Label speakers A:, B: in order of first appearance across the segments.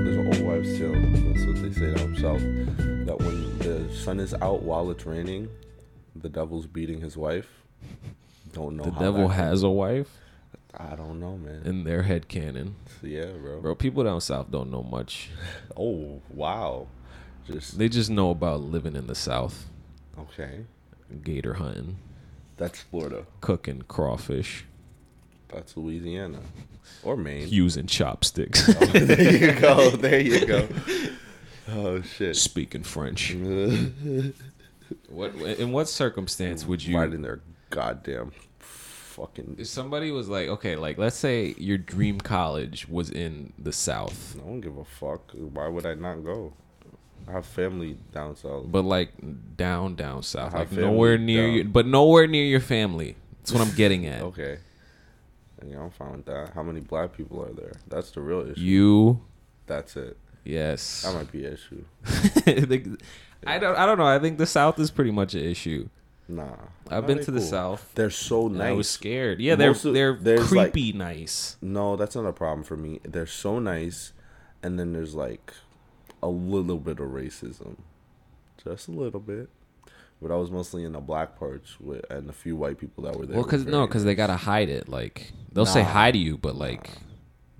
A: survives till that's what they say down south. That when the sun is out while it's raining, the devil's beating his wife. Don't know.
B: The
A: how
B: devil
A: that-
B: has a wife
A: I don't know, man.
B: in their head cannon.
A: yeah, bro.
B: Bro, people down south don't know much.
A: Oh wow. Just
B: They just know about living in the south,
A: okay.
B: gator hunting,
A: That's Florida.
B: cooking crawfish,
A: That's Louisiana or Maine.
B: using chopsticks,
A: there you go. There you go. Oh shit.
B: speaking French.
A: Why
B: What in what circumstance would you
A: didn't their goddamn fucking
B: if somebody was like, okay, like let's say your dream college was in the South,
A: I don't give a fuck. Why would I not go? I have family down south.
B: but like down, down South,
A: Our
B: like
A: family
B: nowhere near,
A: down.
B: your, but nowhere near your family. That's what I'm getting at.
A: Okay. Yeah, I'm fine with that. How many black people are there? That's the real issue.
B: You,
A: That's it.
B: yes.
A: That might be an issue.
B: Like, I don't, I don't know. I think the South is pretty much an issue.
A: Nah. Nah,
B: I've been
A: they
B: to the
A: cool.
B: South.
A: They're so
B: and I was
A: nice.
B: scared. Yeah, they're
A: Most of-
B: they're
A: there's, like-
B: creepy nice.
A: No, that's not a problem for me. They're so nice, and then there's like a little bit of racism, just a little bit. But I was mostly in the black parts with, and a few white people that were there.
B: Well,
A: were
B: because
A: very
B: no, because they gotta hide it. Like they'll say
A: Nah.
B: hi to you, but like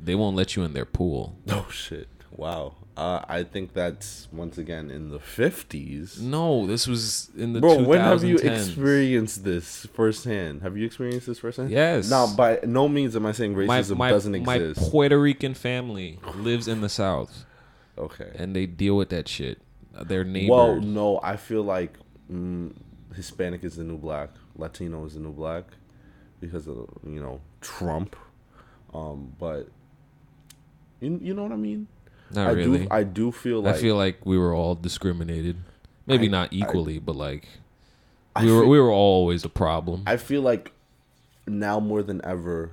B: they won't let you in their pool.
A: Oh shit! Wow. Uh, I think that's once again in the fifties.
B: No, this was in Mm, the
A: Bro, when have you
B: 2010s.
A: experienced this firsthand? Have you experienced this firsthand?
B: Yes.
A: Now, by no means am I saying
B: My,
A: racism
B: my,
A: doesn't
B: my
A: exist.
B: Puerto Rican family lives in the South,
A: okay.
B: and they deal with that shit. Uh, Their neighbor.
A: Well, no, I feel like mm, Hispanic is the new black, Latino is the new black, because of you know Trump. Um, but you, you know what I mean.
B: not
A: I
B: really.
A: do.
B: I,
A: I do feel like
B: feel like we were all discriminated. Maybe not equally, but like
A: I
B: we were
A: feel-
B: we were always a problem.
A: I feel like now more than ever,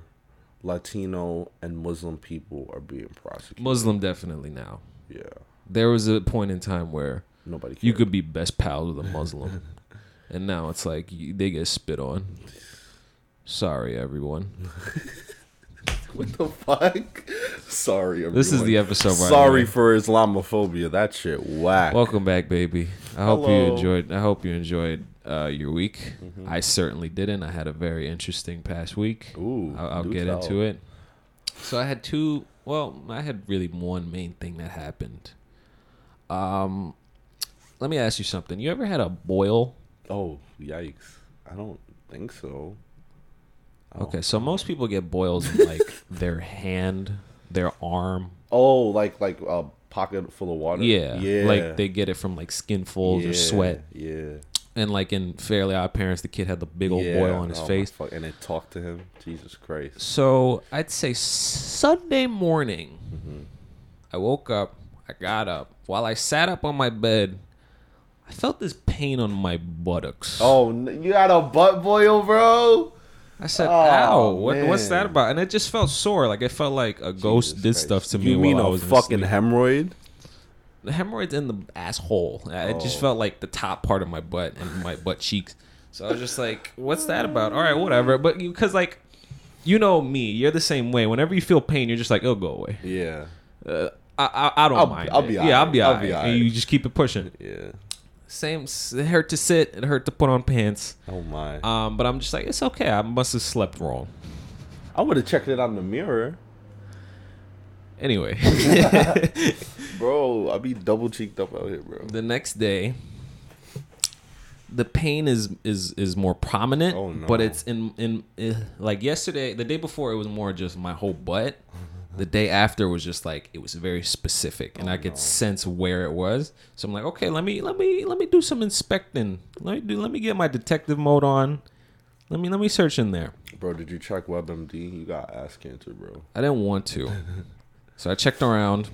A: Latino and Muslim people are being prosecuted.
B: Muslim definitely now.
A: Yeah,
B: There was a point in time where
A: nobody. Cares.
B: you could be best pals with a Muslim, and now it's like you, they get spit on. Sorry, everyone.
A: what the fuck? Sorry, everyone.
B: This is the episode. By
A: Sorry
B: The way.
A: for Islamophobia. That shit whack.
B: Welcome back, baby. I hope you
A: Hello.
B: enjoyed. I hope you enjoyed uh, your week. I certainly didn't. I had a very interesting past week.
A: Ooh,
B: I'll, I'll
A: do
B: get
A: tell.
B: into it. So I had two. Well, I had really one main thing that happened. Um, let me ask you something. You ever had a boil?
A: Oh, yikes. I don't think so. Oh.
B: Okay, so most people get boils in like their hand, their arm.
A: Oh, like like a pocket full of water.
B: Yeah.
A: Yeah.
B: Like they get it from like skin folds
A: yeah,
B: or sweat.
A: Yeah.
B: And like in Fairly Odd Parents, the kid had the big old
A: yeah.
B: boil on his
A: Oh, my
B: face.
A: Fuck. And they talked to him. Jesus Christ.
B: So I'd say Sunday morning,
A: Mm-hmm.
B: I woke up, I got up. While I sat up on my bed, I felt this pain on my buttocks.
A: Oh, n- you had a butt boil, bro.
B: I said,
A: oh,
B: ow, what,
A: man.
B: what's that about? And it just felt sore. Like it felt like a ghost
A: Jesus
B: did
A: Christ.
B: stuff to me
A: You
B: while
A: mean
B: I
A: a
B: was
A: fucking
B: asleep.
A: hemorrhoid?
B: the hemorrhoids in the asshole. I It
A: Oh.
B: just felt like the top part of my butt and my butt cheeks. So I was just like, "What's that about?" All right, whatever. But because like, you know me, you're the same way. Whenever you feel pain, you're just like, "It'll go away."
A: Yeah.
B: Uh, I, I I don't
A: I'll-
B: mind.
A: I'll
B: it.
A: be
B: yeah,
A: all
B: I'll
A: right.
B: be
A: I'll
B: all right.
A: be all
B: And you
A: right.
B: just keep it pushing.
A: Yeah.
B: Same. s- It hurt to sit. It hurt to put on pants.
A: Oh my.
B: Um, but I'm just like, it's okay. I must have slept wrong.
A: I would have checked it on the mirror,
B: Anyway,
A: bro. I'd be double cheeked up out here, bro.
B: the next day the pain is is is more prominent
A: Oh, no.
B: but it's in in eh, like yesterday the day before it was more just my whole butt the day after was just like it was very specific
A: Oh,
B: and i could sense where it was so i'm like okay let me let me let me do some inspecting let me do let me get my detective mode on let me let me search in there
A: Bro, did you check WebMD? You got ass cancer, bro.
B: I didn't want to. so I checked around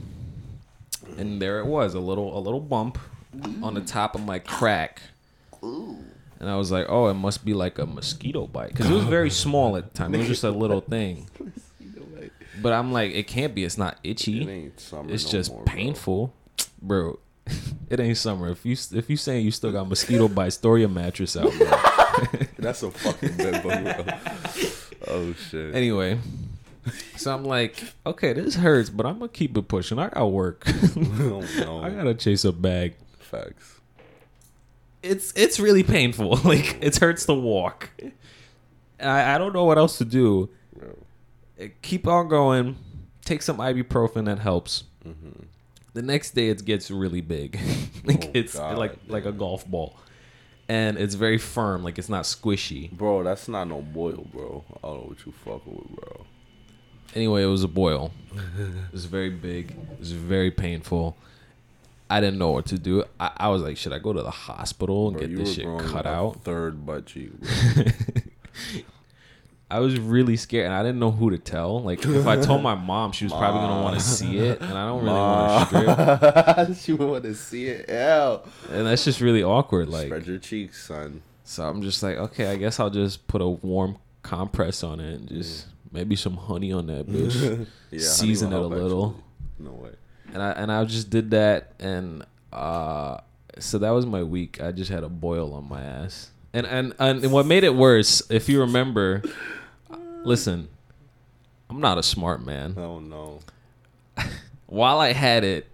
B: and there it was, a little a little bump on the top of my crack. And I was like, "Oh, it must be like a mosquito bite cuz it was very small at the time. It was just a little thing."
A: You know, like,
B: But I'm like, "It can't be. It's not
A: it
B: itchy.
A: ain't summer.
B: It's
A: no
B: just
A: more, bro.
B: painful." Bro, it ain't summer. If you if you saying you still got mosquito bites, throw your mattress out. Bro.
A: That's a fucking bed bug, bro. Oh shit.
B: anyway, So I'm like, okay, this hurts, but I'm gonna keep it pushing. I got work.
A: oh, no.
B: I gotta chase a bag.
A: Facts.
B: It's it's really painful. Like it hurts to walk. I, I don't know what else to do.
A: No.
B: Uh, Keep on going. Take some ibuprofen that helps. Mm-hmm. The next day it gets really big. like
A: Oh,
B: it's
A: God,
B: like like a golf ball. And it's very firm, like it's not squishy.
A: Bro, that's not no boil, bro. I don't know what you fucking with, bro.
B: Anyway, it was a boil. It was very big. It was very painful. I didn't know what to do. I, I was like, should I go to the hospital and
A: Bro,
B: get this shit
A: growing
B: cut
A: a
B: out?
A: Third butt cheek, bro.
B: I was really scared and I didn't know who to tell. Like if I told my mom, she was probably gonna want to see it, and I don't really want to strip.
A: she want to see it. Ew.
B: And that's just really awkward.
A: Spread
B: Like
A: your cheeks, son.
B: so, I'm just like, okay, I guess I'll just put a warm compress on it and just maybe some honey on that bitch,
A: Yeah,
B: season it a
A: honey will help,
B: little.
A: actually. No way.
B: and I and I just did that, and uh, so that was my week. I just had a boil on my ass, and and and what made it worse, if you remember, listen, I'm not a smart man.
A: Oh no.
B: While I had it,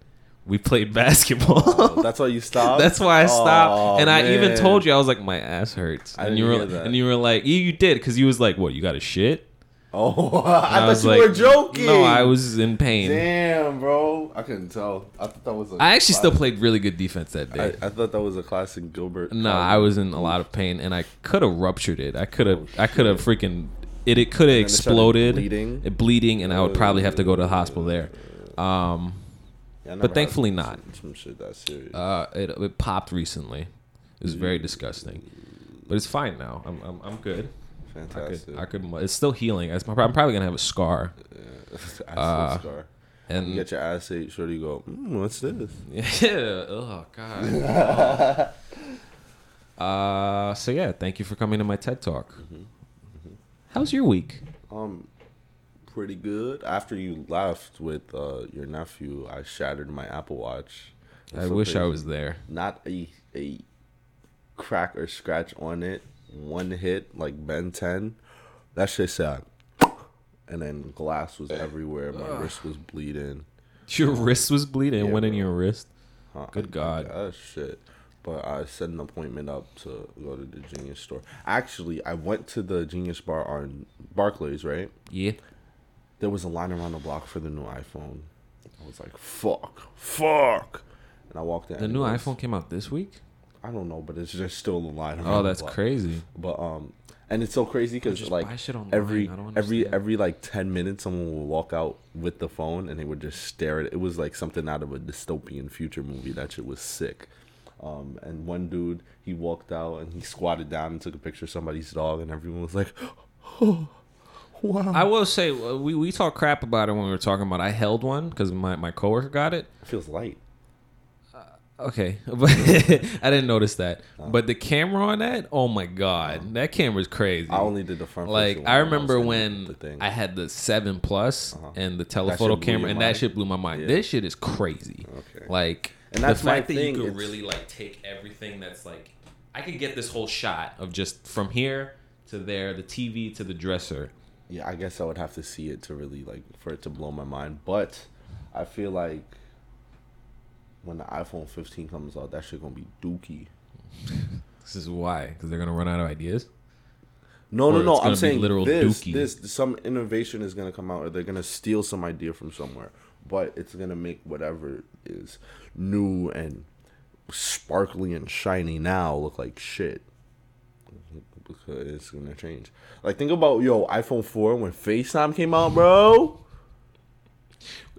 B: we played basketball.
A: Oh, that's why you stopped.
B: That's why I stopped,
A: Oh,
B: and I even
A: man.
B: told you I was like, my ass hurts,
A: I
B: and
A: didn't
B: you were
A: hear that.
B: and you were like, yeah, you did, because you was like, what, you got a shit?
A: Oh, I,
B: And
A: thought you were joking.
B: No, I was in pain.
A: Damn, bro. I couldn't tell. I thought that was. a
B: I actually still
A: classic-
B: played really good defense that day.
A: I, Oh, I thought that was a classic Gilbert.
B: No, I was in a lot of pain, and I could have ruptured it. I could
A: Oh,
B: have, I could have freaking it. It could have
A: it started
B: exploded,
A: bleeding? Oh,
B: it bleeding, and I would probably have to go to the hospital there. Um,
A: Yeah, I never
B: but
A: had
B: thankfully
A: some-
B: not.
A: Some shit that serious.
B: uh, it, it popped recently. It was very disgusting, but it's fine now. I'm, I'm, I'm good. I
A: Fantastic.
B: could, I could. It's still healing. It's- I'm probably gonna have a scar,
A: Ass
B: uh,
A: scar. You
B: and
A: get your ass ate, sure you go. Mm, what's this?
B: yeah. Oh God. uh, so yeah, thank you for coming to my TED Talk.
A: Mm-hmm.
B: How's your week?
A: Um, pretty good. After you left with uh, your nephew, I shattered my Apple Watch.
B: I
A: So
B: wish I
A: there's
B: was there.
A: Not a a crack or scratch on it. One hit like Ben Ten. That shit sad. And then glass was everywhere. My wrist was bleeding.
B: Your wrist was bleeding.
A: Yeah,
B: it went in
A: bro.
B: your wrist.
A: Huh,
B: Good
A: I-
B: God.
A: That shit. But I set an appointment up to go to the Genius store. Actually, I went to the Genius bar on Barclays, right?
B: Yeah.
A: there was a line around the block for the new iPhone. I was like, fuck, fuck. And I walked in.
B: The new
A: and it was-
B: iPhone came out this week.
A: I don't know, but it's just still a line around.
B: Oh,
A: the
B: that's
A: block.
B: crazy.
A: But um, and it's so crazy because
B: Just buy
A: like
B: shit online.
A: every
B: I don't
A: every
B: understand.
A: every like ten minutes, someone will walk out with the phone and they would just stare at it. It was like something out of a dystopian future movie. That shit was sick. Um, and one dude, he walked out and he squatted down and took a picture of somebody's dog, and everyone was like, "Wow!"
B: I will say uh, we we talked crap about it when we were talking about. I held one because my my coworker got it.
A: feels light.
B: Okay, but I didn't notice that.
A: Uh-huh.
B: But the camera on that, oh my god, that camera's crazy.
A: I only did the front.
B: like
A: picture
B: I
A: when was
B: remember
A: in
B: when I had the seven plus and the
A: Uh-huh. blew
B: telephoto
A: your
B: camera, and that
A: mind?
B: shit blew my mind. This shit is crazy.
A: Okay.
B: Like
A: And that's
B: the
A: my
B: fact that
A: thing,
B: you could
A: it's-
B: really like take everything that's like I could get this whole shot of just from here to there, the TV to the dresser.
A: yeah, I guess I would have to see it to really like for it to blow my mind. But I feel like when the iPhone 15 comes out, that shit gonna be dookie.
B: This is why because they're gonna run out of ideas.
A: No,
B: Or
A: no, no.
B: it's
A: I'm
B: gonna be
A: saying
B: literal
A: this,
B: dookie.
A: this, some innovation is gonna come out, or they're gonna steal some idea from somewhere. But it's gonna make whatever is new and sparkly and shiny now look like shit. Because it's gonna change. Like think about yo iPhone 4 when FaceTime came out, bro.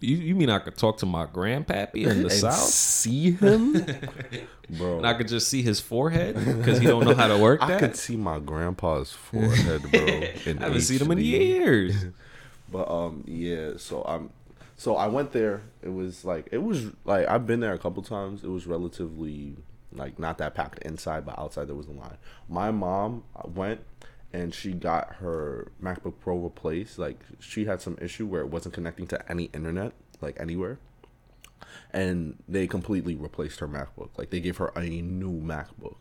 B: You, you mean I could talk to my grandpappy in the
A: and
B: south?
A: see him, bro.
B: And I could just see his forehead because he don't know how to work
A: I
B: that.
A: could see my grandpa's forehead, bro. in
B: I haven't seen him in
A: HD.
B: years.
A: But um, yeah. So um, so I went there. It was like it was like I've been there a couple times. It was relatively like not that packed inside, but outside there was a line. My mom went and she got her MacBook Pro replaced. Like she had some issue where it wasn't connecting to any internet, like anywhere. And they completely replaced her MacBook. Like they gave her a new MacBook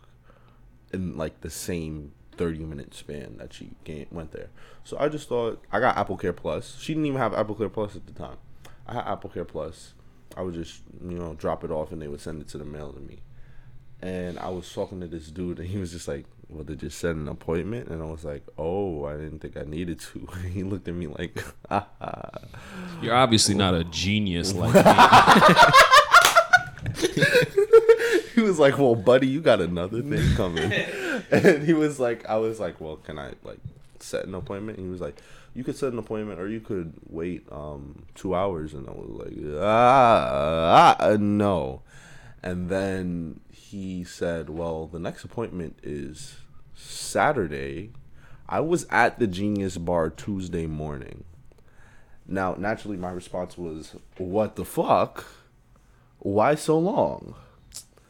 A: in like the same 30 minute span that she came, went there. So I just thought I got Apple Care Plus. She didn't even have Apple Care Plus at the time. I had Apple Care Plus. I would just you know drop it off and they would send it to the mail to me. And I was talking to this dude and he was just like, "Well, they just set an appointment," and I was like, "Oh, I didn't think I needed to." he looked at me like, "Ha ha."
B: You're obviously not a genius like me.
A: he was like, "Well, buddy, you got another thing coming." and he was like, "I was like, well, can I like set an appointment?" And he was like, "You could set an appointment, or you could wait um two hours." And I was like, "Ah, ah, uh, no." And then he said, "Well, the next appointment is Saturday." I was at the Genius Bar Tuesday morning. Now, naturally, my response was, "What the fuck? Why so long?"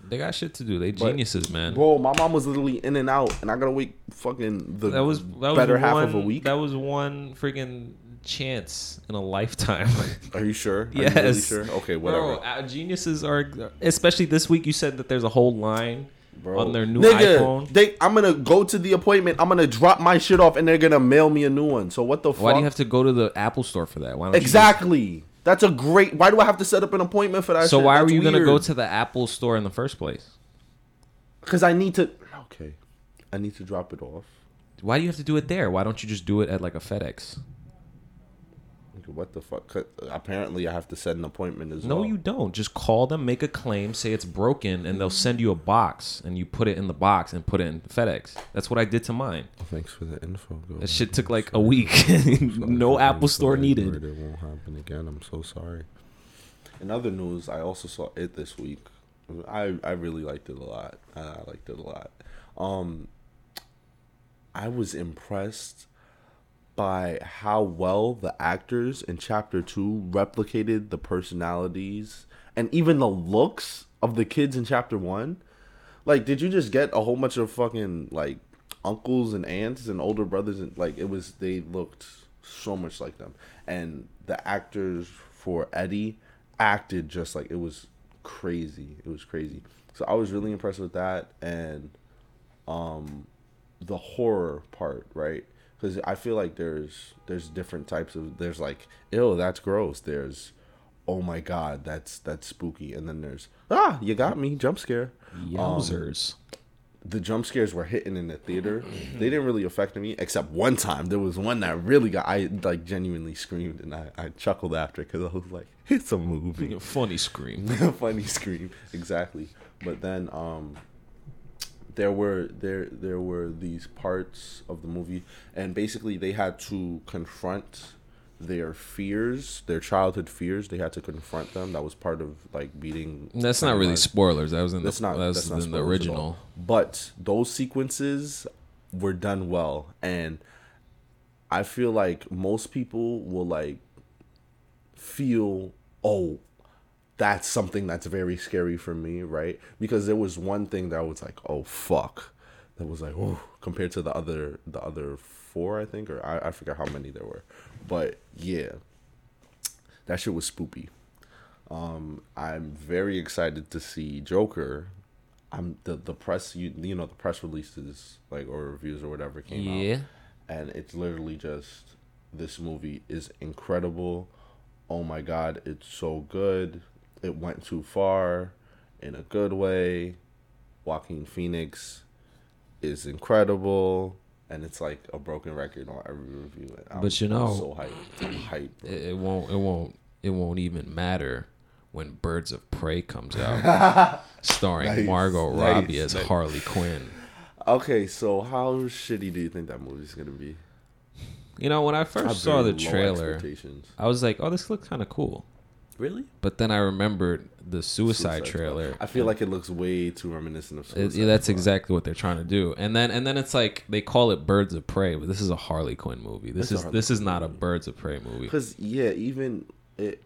B: They got shit to do. They geniuses, man.
A: Bro, my mom was literally in and out, and I gotta wait fucking the
B: that was that was
A: better
B: one,
A: half of a week.
B: That was one freaking chance in a lifetime.
A: Are you sure? Are
B: yes.
A: You really sure? Okay, whatever.
B: Bro, uh, geniuses are especially this week. You said that there's a whole line
A: Bro.
B: on their new
A: Nigga,
B: iPhone.
A: They, I'm gonna go to the appointment. I'm gonna drop my shit off, and they're gonna mail me a new one. So what the fuck?
B: Why do you have to go to the Apple store for that? Why don't you just-
A: exactly. That's a great. Why do I have to set up an appointment for that?
B: so
A: shit?
B: why were
A: That's
B: you gonna go
A: weird.
B: to the Apple store in the first place?
A: Because I need to. Okay, I need to drop it off.
B: Why do you have to do it there? Why don't you just do it at like a FedEx?
A: Nigga, What the fuck? 'Cause Apparently, I have to set an appointment as
B: No,
A: well.
B: you don't. Just call them, make a claim, say it's broken, and they'll send you a box, and you put it in the box and put it in FedEx. That's what I did to mine.
A: Thanks for the info. Girl.
B: That shit took like a week. no Apple Store needed.
A: It won't happen again. I'm so sorry. In other news, I also saw it this week. I I really liked it a lot. I I liked it a lot. Um, I was impressed by how well the actors in chapter two replicated the personalities and even the looks of the kids in chapter one. Like, did you just get a whole bunch of fucking like uncles and aunts and older brothers and like it was they looked so much like them. And the actors for Eddie acted just like it was crazy. It was crazy. So I was really impressed with that and the horror part, right? Because I feel like there's there's different types of there's like ew that's gross. There's oh my god that's that's spooky, and then there's ah you got me jump scare. Um,
B: Yowzers.
A: The jump scares were hitting in the theater. They didn't really affect me except one time. There was one that really got I like genuinely screamed and I, I chuckled after because I was like it's a movie.
B: Funny scream.
A: funny scream exactly but then um there were there there were these parts of the movie and basically they had to confront their fears their childhood fears they had to confront them that was part of like beating
B: That's not really
A: Pennywise.
B: spoilers. That was in the,
A: that's not
B: that was
A: that's not
B: in the
A: spoilers at all.
B: original.
A: but those sequences were done well and i feel like most people will like feel oh that's something that's very scary for me right because there was one thing that I was like oh fuck that was like oh compared to the other the other four i think or i, I forget how many there were but yeah that shit was spoopy um i'm very excited to see joker i'm the the press you, you know the press releases like or reviews or whatever came out
B: Yeah.
A: and it's literally just this movie is incredible. Oh my god, it's so good. It went too far in a good way. Joaquin Phoenix is incredible, and it's like a broken record on every review. And I'm,
B: But you
A: I'm
B: know-
A: so hyped. I'm hyped. bro.
B: It, it won't. It won't. It won't even matter when Birds of Prey comes out, starring
A: Nice,
B: Margot
A: nice,
B: Robbie as
A: nice.
B: Harley Quinn.
A: Okay, so how shitty do you think that movie's gonna be?
B: You know, when I first
A: I have
B: saw
A: very
B: the
A: low
B: trailer,
A: expectations.
B: I was like, "Oh, this looks kind of cool."
A: Really?
B: But then I remembered the Suicide, trailer.
A: I feel like it looks way too reminiscent of.
B: It-
A: Suicide
B: yeah, that's
A: Squad.
B: exactly what they're trying to do. And then and then it's like they call it Birds of Prey, but this is a Harley Quinn movie. This
A: a
B: is
A: Harley
B: this is not a Birds of Prey movie.
A: Because yeah, even it,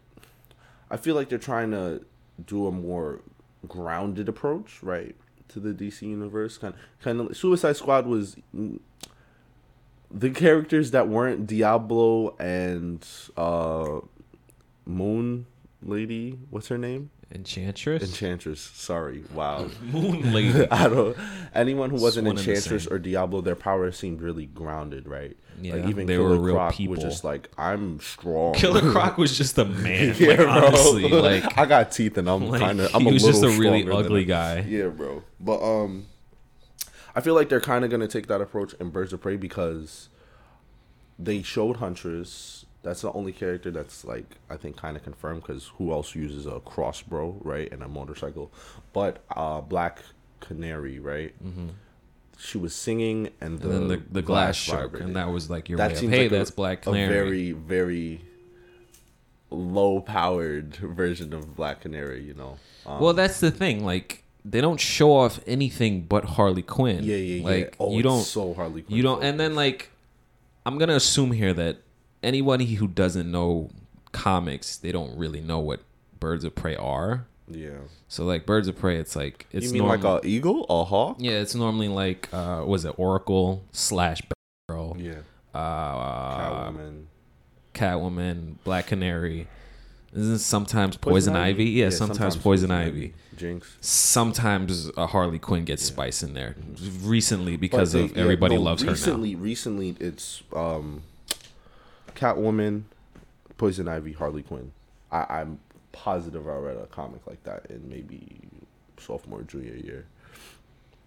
A: I feel like they're trying to do a more grounded approach, right, to the DC universe. Kind kind of Suicide Squad was mm, the characters that weren't Diablo and uh, Moon Lady. What's her name?
B: Enchantress,
A: Enchantress. Sorry. Wow.
B: Moon Lady.
A: I don't. Anyone who wasn't
B: one and the
A: Enchantress
B: same.
A: or Diablo, their power seemed really grounded, right?
B: Yeah,
A: like even
B: they
A: Killer
B: were real
A: Croc
B: people.
A: was just like, I'm strong.
B: Killer Croc was just a man.
A: yeah,
B: like,
A: bro.
B: honestly, like,
A: I got teeth and I'm
B: like,
A: kind of. I'm
B: he
A: a
B: was just a
A: little
B: really
A: stronger than
B: ugly
A: him.
B: guy.
A: Yeah, bro. But um, I feel like they're kind of gonna take that approach in Birds of Prey because they showed Huntress. That's the only character that's like I think kind of confirmed because who else uses a crossbow, right, and a motorcycle? But uh, Black Canary, right? Mm-hmm. She was singing, and, the,
B: and then the, the glass shook,
A: vibrated
B: and that was like your
A: that
B: way of,
A: seems
B: hey,
A: like
B: that's
A: a,
B: Black
A: a
B: Canary.
A: very very low powered version of Black Canary. You know, um,
B: well, that's the thing. Like, they don't show off anything but Harley Quinn.
A: yeah, yeah, yeah.
B: Like,
A: oh,
B: you
A: it's
B: don't,
A: so Harley. Quinn
B: you don't, and then like, I'm gonna assume here that anybody who doesn't know comics, they don't really know what Birds of Prey are.
A: yeah.
B: So like, Birds of Prey, it's like it's
A: you mean
B: normal.
A: like a eagle, a hawk?
B: yeah, it's normally like uh, was it Oracle slash Batgirl,
A: Yeah,
B: uh,
A: Catwoman.
B: Catwoman, Black Canary. Isn't sometimes Poison, Ivy? Yeah, sometimes, Poison, Ivy.
A: Jinx.
B: Sometimes a Harley Quinn gets spice in there. Recently,
A: But
B: because
A: they-
B: of
A: yeah,
B: everybody
A: no,
B: loves her
A: recently, Recently, it's um, Catwoman, Poison Ivy, Harley Quinn. I, I'm positive I read a comic like that in maybe sophomore, junior year.
B: now.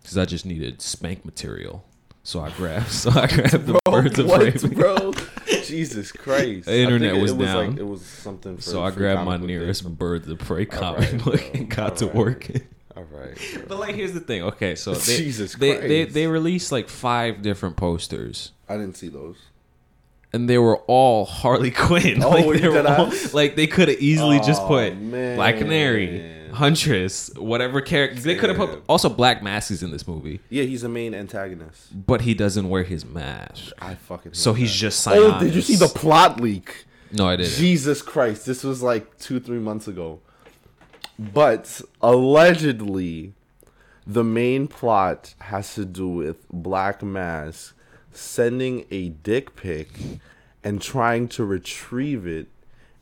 B: Because I just needed spank material, so I grabbed. So I grabbed the birds of prey.
A: Oh, what, bro? Jesus Christ!
B: The
A: I
B: internet
A: think
B: was
A: it
B: down.
A: Like, it was something. For
B: So I
A: for
B: grabbed
A: comic
B: my
A: book day.
B: nearest birds of prey
A: All
B: comic
A: right,
B: book
A: bro.
B: and got
A: All
B: to
A: right.
B: work.
A: All right. bro.
B: But like, here's the thing. Okay, so they,
A: Jesus
B: they, they
A: Christ.
B: they released like five different posters.
A: I didn't see those.
B: and they were all Harley Quinn.
A: Oh,
B: like,
A: were
B: they
A: you
B: were
A: dead
B: all,
A: ass?
B: like they could have easily just
A: Aw,
B: put Black
A: man.
B: Canary, Huntress, whatever character. They could have
A: Damn.
B: put also Black Mask is in this movie,
A: Yeah, he's the main antagonist.
B: but he doesn't wear his mask,
A: I fucking. hate
B: so
A: that.
B: he's just
A: Oh,
B: Cyanus.
A: did you see the plot leak?
B: No, I didn't.
A: Jesus Christ! This was like two, three months ago. But allegedly, the main plot has to do with Black Mask sending a dick pic and trying to retrieve it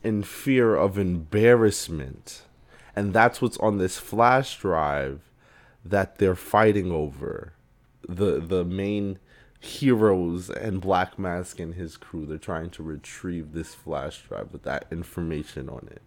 A: in fear of embarrassment. And that's what's on this flash drive that they're fighting over. The the main heroes and Black Mask and his crew, they're trying to retrieve this flash drive with that information on it.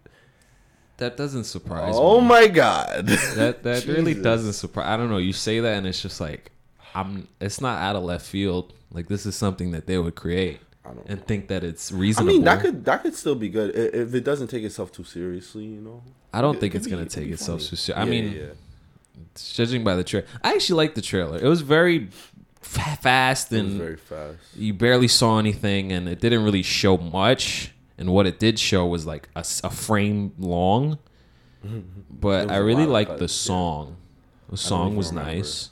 B: that doesn't surprise
A: Oh
B: me.
A: my god.
B: That that really
A: Jesus.
B: doesn't surprise. I don't know. You say that, and it's just like I'm. It's not out of left field. Like this is something that they would create
A: I don't
B: and think that it's
A: I
B: reasonable.
A: mean, that could that could still be good i- if it doesn't take itself too seriously, you know.
B: I don't
A: It
B: think
A: could
B: it's
A: be-
B: gonna
A: it could
B: take
A: be
B: itself
A: funny.
B: too seriously. I
A: Yeah,
B: mean,
A: yeah, yeah.
B: judging by the trailer, I actually liked the trailer. It was very fa- fast
A: it was
B: and
A: very fast.
B: you barely saw anything, and it didn't really show much. And what it did show was like a, s- a frame long, but
A: Mm-hmm. was
B: I
A: a
B: really
A: lot of
B: liked the
A: cuts, yeah.
B: song. The song
A: even
B: was
A: remember.
B: nice,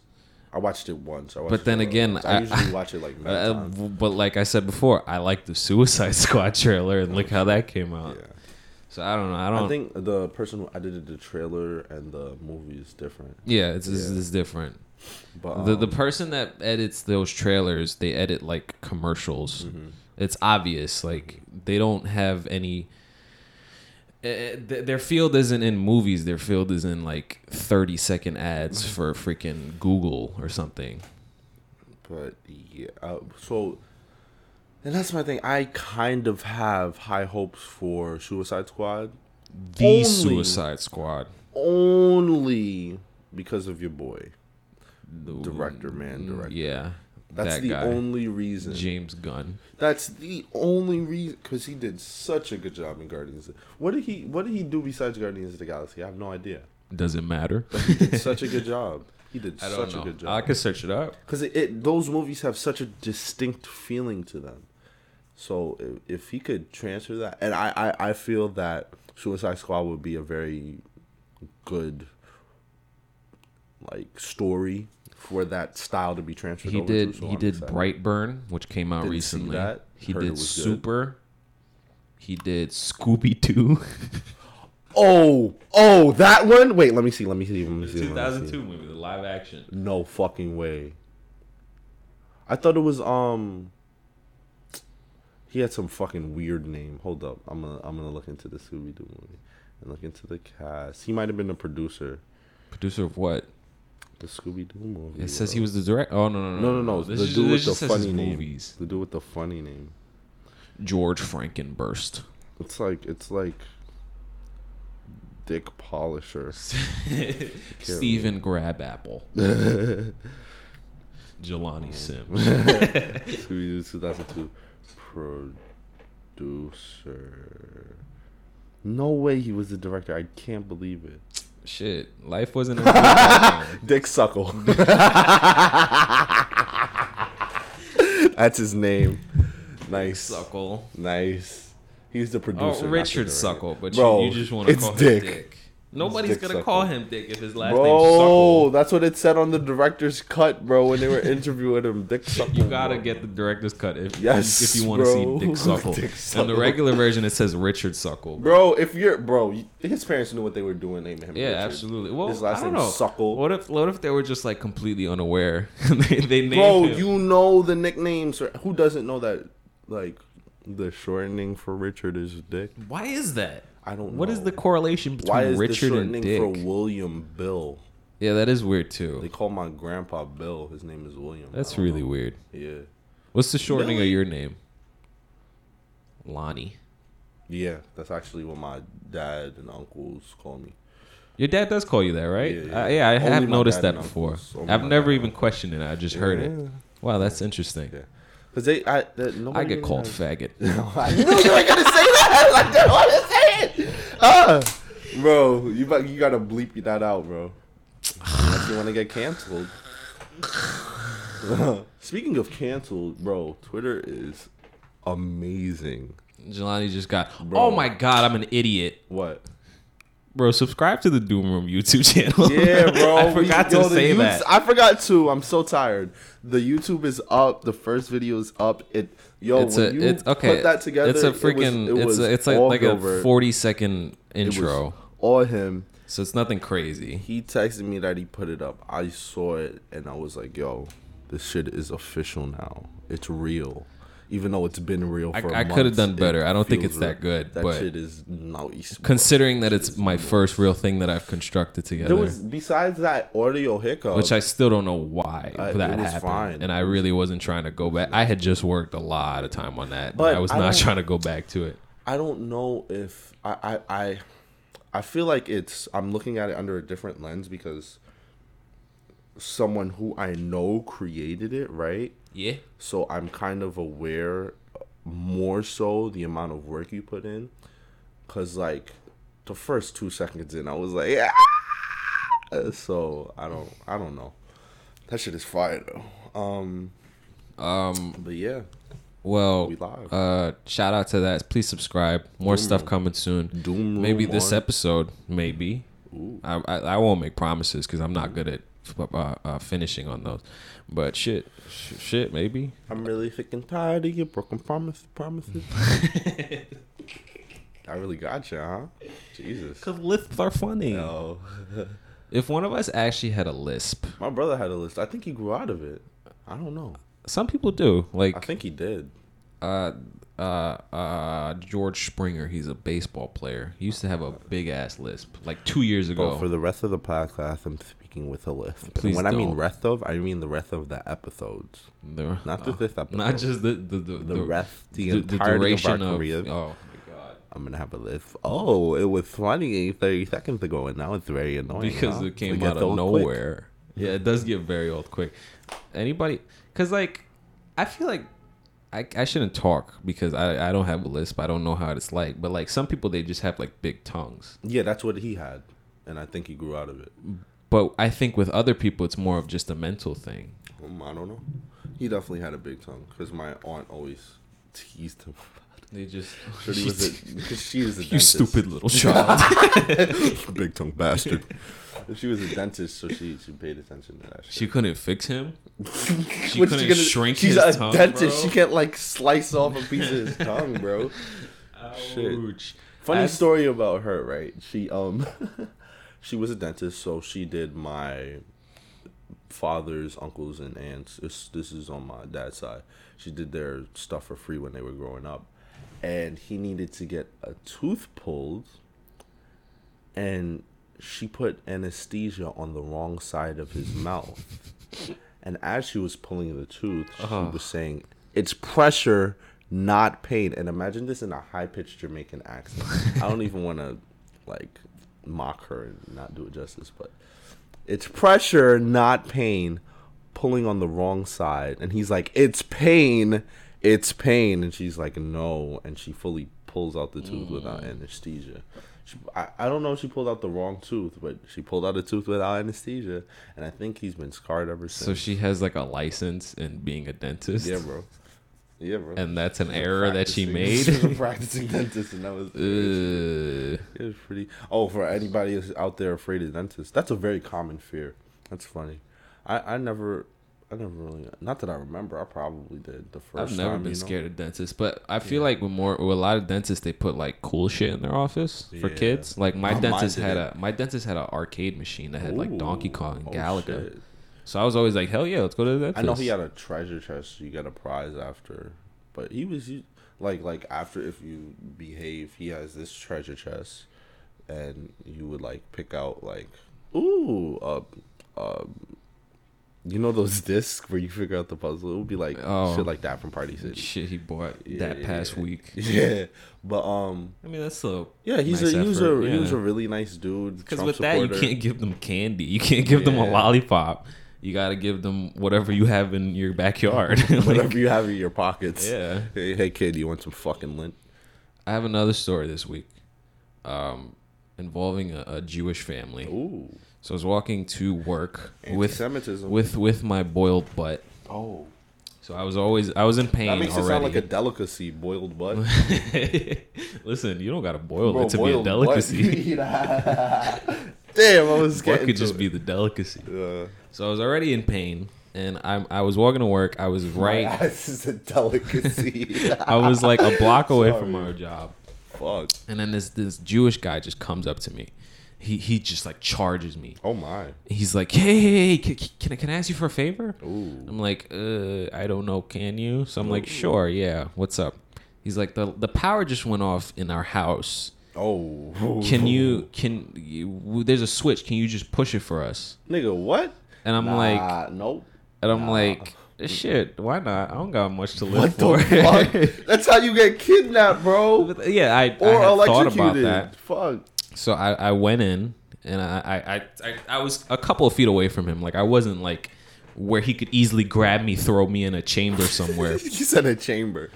A: I watched it once. I watched
B: But
A: it
B: then
A: once.
B: again,
A: I,
B: I-
A: usually watch it like
B: Uh,
A: many times.
B: w- but like I said before, I liked the Suicide Squad trailer, and look how that came out.
A: Yeah.
B: So I don't know. I
A: I
B: don't.
A: think the person who edited the trailer and the movie is different.
B: yeah, it's, it's, it's different.
A: But um,
B: the the person that edits those trailers, they edit like commercials.
A: Mm-hmm.
B: It's obvious. Like they don't have any. eh, eh, th- Their field isn't in movies. Their field is in like thirty second ads
A: Mm-hmm.
B: for freaking Google or something.
A: but yeah, uh, so and that's my thing. I kind of have high hopes for Suicide Squad
B: The
A: Only-
B: Suicide Squad.
A: only because of your boy, director man, director.
B: Yeah,
A: That's
B: that
A: the
B: guy,
A: only reason.
B: James Gunn.
A: That's the only reason because he did such a good job in Guardians. What did he What did he do besides Guardians of the Galaxy? I have no idea.
B: Doesn't matter.
A: But he did such a good job. He did
B: I
A: such
B: don't know.
A: a good
B: I
A: job.
B: could search it up.
A: Because it, it, those movies have such a distinct feeling to them. So if, if he could transfer that, and I, I I feel that Suicide Squad would be a very good like story for that style to be transferred.
B: He
A: over
B: did.
A: To, so
B: he
A: I'm
B: did
A: excited.
B: Brightburn, which came out
A: Didn't see
B: recently.
A: that.
B: He
A: Heard it
B: did
A: was good.
B: Super. He did Scooby Doo.
A: Oh, oh, that one. Wait, let me see. Let me see. Let me see. let me see.
B: movie, the live action.
A: No fucking way. I thought it was um. He had some fucking weird name. Hold up, I'm gonna I'm gonna look into the Scooby Doo movie. and look into the cast. He might have been the producer.
B: Producer of what?
A: The Scooby Doo movie.
B: It says
A: yo.
B: he was the director. Oh no no no
A: No, no, no.
B: This
A: the
B: is-
A: dude
B: this
A: with the
B: just says his
A: funny name.
B: movies.
A: The dude with the funny name.
B: George Frankenburst.
A: It's like it's like Dick Polisher.
B: Stephen Grabapple. Jelani Sims.
A: Scooby Doo 2002 producer. No way he was the director. I can't believe it.
B: Shit, life wasn't. as good back then.
A: Dick Suckle. That's his name. Nice.
B: Suckle.
A: Nice. He's the producer. not
B: Oh,
A: the
B: Richard
A: director.
B: Suckle, but
A: Bro,
B: you, you just want to
A: it's
B: call
A: Dick.
B: him Dick. Nobody's
A: Dick
B: gonna
A: Suckle.
B: call him Dick if his last name's
A: Bro,
B: Suckle.
A: that's what it said on the director's cut, bro, when they were interviewing him. Dick Suckle.
B: You gotta
A: bro.
B: get the director's cut if
A: Yes,
B: if you want to
A: bro.
B: see Dick Suckle.
A: Dick
B: And
A: Suckle.
B: the regular version it says Richard Suckle.
A: Bro, if you're. Bro, y- his parents knew what they were doing naming him.
B: Yeah,
A: Richard.
B: absolutely. Well,
A: His last
B: I don't
A: name's
B: know.
A: Suckle.
B: What if what if they were just like completely unaware? they they named
A: Bro,
B: him.
A: you know the nicknames. or- Who doesn't know that, like, the shortening for Richard is Dick?
B: Why is that?
A: I don't
B: What is
A: know.
B: the correlation between
A: Why is
B: Richard
A: the
B: and
A: shortening
B: Dick?
A: for William Bill?
B: yeah, that is weird too.
A: They call my grandpa Bill. His name is William. I
B: That's
A: don't
B: really
A: know.
B: weird.
A: Yeah.
B: What's the shortening
A: Really?
B: of your name? Lonnie.
A: Yeah, that's actually what my dad and uncles call me.
B: Your dad does call you that, right?
A: Yeah,
B: Yeah,
A: yeah.
B: I, yeah, I
A: Only
B: have
A: my
B: noticed
A: dad
B: that
A: and
B: before.
A: uncles. Only
B: I've
A: my
B: never
A: dad
B: even questioned it. I just heard
A: Yeah.
B: it. Wow, that's interesting.
A: Yeah. Cause they, I, that,
B: I
A: nobody
B: get
A: really
B: called
A: has-
B: faggot.
A: I knew you were gonna say that. I didn't want to say it. Uh, bro, you bu- you gotta bleep that out, bro. Unless you want to get canceled. Speaking of canceled, bro, Twitter is amazing.
B: Jelani just got.
A: Bro.
B: Oh my god, I'm an idiot,
A: What?
B: bro. Subscribe to the Doom Room YouTube channel.
A: Yeah, bro.
B: I
A: we-
B: forgot
A: yo,
B: to
A: the
B: say
A: Yout-
B: that.
A: I forgot to. I'm so tired. The YouTube is up. The first video is up. It yo,
B: It's
A: when
B: a.
A: you
B: It's okay.
A: put that together.
B: It's a
A: it was-
B: freaking.
A: it was
B: it's a. It's like
A: all
B: like
A: Gilbert.
B: a 40 second
A: It was
B: intro.
A: All him.
B: So it's nothing crazy.
A: He texted me that he put it up. I saw it and I was like, yo, this shit is official now. It's real. Even though it's been real
B: I-
A: for
B: I coulda
A: months,
B: done
A: it
B: better. I don't think
A: feels
B: it's that
A: real.
B: good,
A: That
B: but-
A: shit is nice. bro.
B: Considering that it's my first real thing that I've constructed
A: There
B: together,
A: was besides that audio hiccup,
B: which I still don't know why
A: I- Uh, it
B: that
A: was
B: happened,
A: fine.
B: and I really wasn't trying to go back. I had just worked a lot of time on that,
A: But
B: but I was
A: I
B: not
A: don't-
B: trying to go back to it.
A: I don't know if I, I I I feel like it's I'm looking at it under a different lens because someone who I know created it, right?
B: Yeah,
A: So I'm kind of aware more so the amount of work you put in cuz like the first 2 seconds in I was like yeah. so I don't I don't know. That shit is fire though. Um
B: Um,
A: but yeah,
B: well,
A: we live.
B: uh, shout out to that. Please subscribe. More stuff coming soon.
A: Doom
B: Maybe
A: Room
B: this
A: on-
B: episode. Maybe. I, I I won't make promises because I'm not good at uh, uh, finishing on those. But shit, sh- shit, maybe.
A: I'm really sick and tired of your broken promise, promises. I really got you, huh? Jesus.
B: Cause lisps are funny.
A: No.
B: If one of us actually had a lisp,
A: My brother had a list. I think he grew out of it. I don't know.
B: some people do. Like
A: I think he did.
B: uh, uh, uh, George Springer. He's a baseball player. He used to have a big ass lisp like two years ago.
A: But Oh, for the rest of the podcast, I'm speaking with a list.
B: Please
A: when I mean
B: don't.
A: rest of, I mean the rest of the episodes.
B: The-
A: Not just this episode.
B: Uh, not just the the the,
A: the,
B: the-
A: rest, the,
B: the- the
A: entirety of our career.
B: Oh my god!
A: I'm going to have a list. Oh, it was funny 30 seconds ago, and now it's very annoying.
B: Because
A: huh?
B: it came
A: gets
B: out of
A: old quick.
B: nowhere. Yeah, it does get very old quick. Anybody? Because like, I feel like. I, I shouldn't talk because I, I don't have a lisp. I don't know how it's like. But like some people, they just have like big tongues.
A: Yeah, that's what he had. And I think he grew out of it.
B: But I think with other people, it's more of just a mental thing.
A: Um, I don't know. He definitely had a big tongue because my aunt always teased him.
B: They just
A: Because she was a, 'cause she was a
B: You
A: dentist.
B: stupid little child.
A: big tongue bastard. she was a dentist, so she she paid attention to that. Shit.
B: she couldn't fix him. She
A: What's
B: couldn't
A: gonna-
B: shrink
A: She's
B: his
A: a
B: tongue,
A: dentist.
B: bro?
A: She can't like slice off a piece of his tongue, bro. Shit.
B: Ouch.
A: Funny
B: I've-
A: story about her, right? She um she was a dentist, so she did my father's uncles and aunts. This this is on my dad's side. She did their stuff for free when they were growing up. And he needed to get a tooth pulled and she put anesthesia on the wrong side of his mouth. And as she was pulling the tooth, she was saying, "It's pressure, not pain." And imagine this in a high-pitched Jamaican accent. I don't even want to like mock her and not do it justice, but it's pressure, not pain, pulling on the wrong side. And he's like, "It's pain, it's pain." And she's like, "No," and she fully pulls out the tooth without anesthesia. She, I, I don't know if she pulled out the wrong tooth, but she pulled out a tooth without anesthesia, and I think he's been scarred ever since.
B: So she has like a license in being a dentist,
A: Yeah, bro. Yeah, bro.
B: and that's an error that she made.
A: Practicing- practicing dentist, and that was
B: Ugh.
A: it was pretty. Oh, for anybody who's out there afraid of dentists, that's a very common fear. That's funny. I I never. I never really, not that I remember. I probably did the first.
B: I've never
A: time,
B: been
A: you know?
B: scared of dentists, but I feel like with more with a lot of dentists they put like cool shit in their office for
A: Yeah.
B: kids. Like my
A: Mine
B: dentist
A: did
B: had
A: it.
B: a my dentist had an arcade machine that had like Donkey
A: Ooh.
B: Kong and
A: Oh,
B: Galaga.
A: shit.
B: So I was always like, hell yeah, let's go to the
A: I
B: dentist.
A: know he had a treasure chest. You got a prize after, but he was he- like like after if you behave, he has this treasure chest, and you would like pick out like ooh uh uh. You know those discs where you figure out the puzzle? It would be like
B: Oh.
A: shit like that from Party City.
B: shit he bought
A: Yeah,
B: that past
A: yeah.
B: week.
A: Yeah, but um,
B: I mean that's so
A: yeah, he's
B: Nice
A: a he was a
B: effort,
A: he was
B: yeah.
A: a really nice dude.
B: because
A: Trump
B: with that you
A: supporter.
B: can't give them candy, you can't give them a
A: Yeah.
B: lollipop. You gotta give them whatever you have in your backyard. Like,
A: whatever you have in your pockets.
B: yeah.
A: Hey, hey kid, you want some fucking lint?
B: I have another story this week, um, involving a, a Jewish family.
A: Ooh,
B: So I was walking to work with
A: anti-Semitism.
B: with with my boiled butt.
A: oh.
B: So I was always I was in pain
A: That makes it sound like
B: already.
A: a delicacy, boiled butt.
B: Listen, you don't gotta boil
A: Bro,
B: it to
A: boiled
B: be a
A: butt,
B: delicacy.
A: you mean? Damn, I was
B: What
A: getting
B: could
A: to
B: just
A: it.
B: be the delicacy?
A: Uh,
B: So I was already in pain, and I'm I was walking to work. I was right.
A: This is a delicacy.
B: I was like a block away from
A: Sorry.
B: our job,
A: Fuck.
B: and then this this Jewish guy just comes up to me. He he just like charges me.
A: Oh my.
B: He's like, hey, hey, hey can, can I can I ask you for a favor?
A: Ooh.
B: I'm like, uh, I don't know, can you? So I'm like, sure, yeah, what's up? He's like, the the power just went off in our house.
A: Oh.
B: Can you can you, w- there's a switch? Can you just push it for us?
A: Nigga, what?
B: And I'm
A: nah,
B: like,
A: nope.
B: and I'm like, shit, why not? I don't got much to live
A: What
B: for.
A: the fuck? That's how you get kidnapped, bro.
B: But, yeah, I, I
A: Or
B: had thought
A: electrocuted.
B: about that.
A: Fuck.
B: So I, I went in and I, I, I, I, I was a couple of feet away from him. Like I wasn't like where he could easily grab me, throw me in a chamber somewhere.
A: He's in a chamber.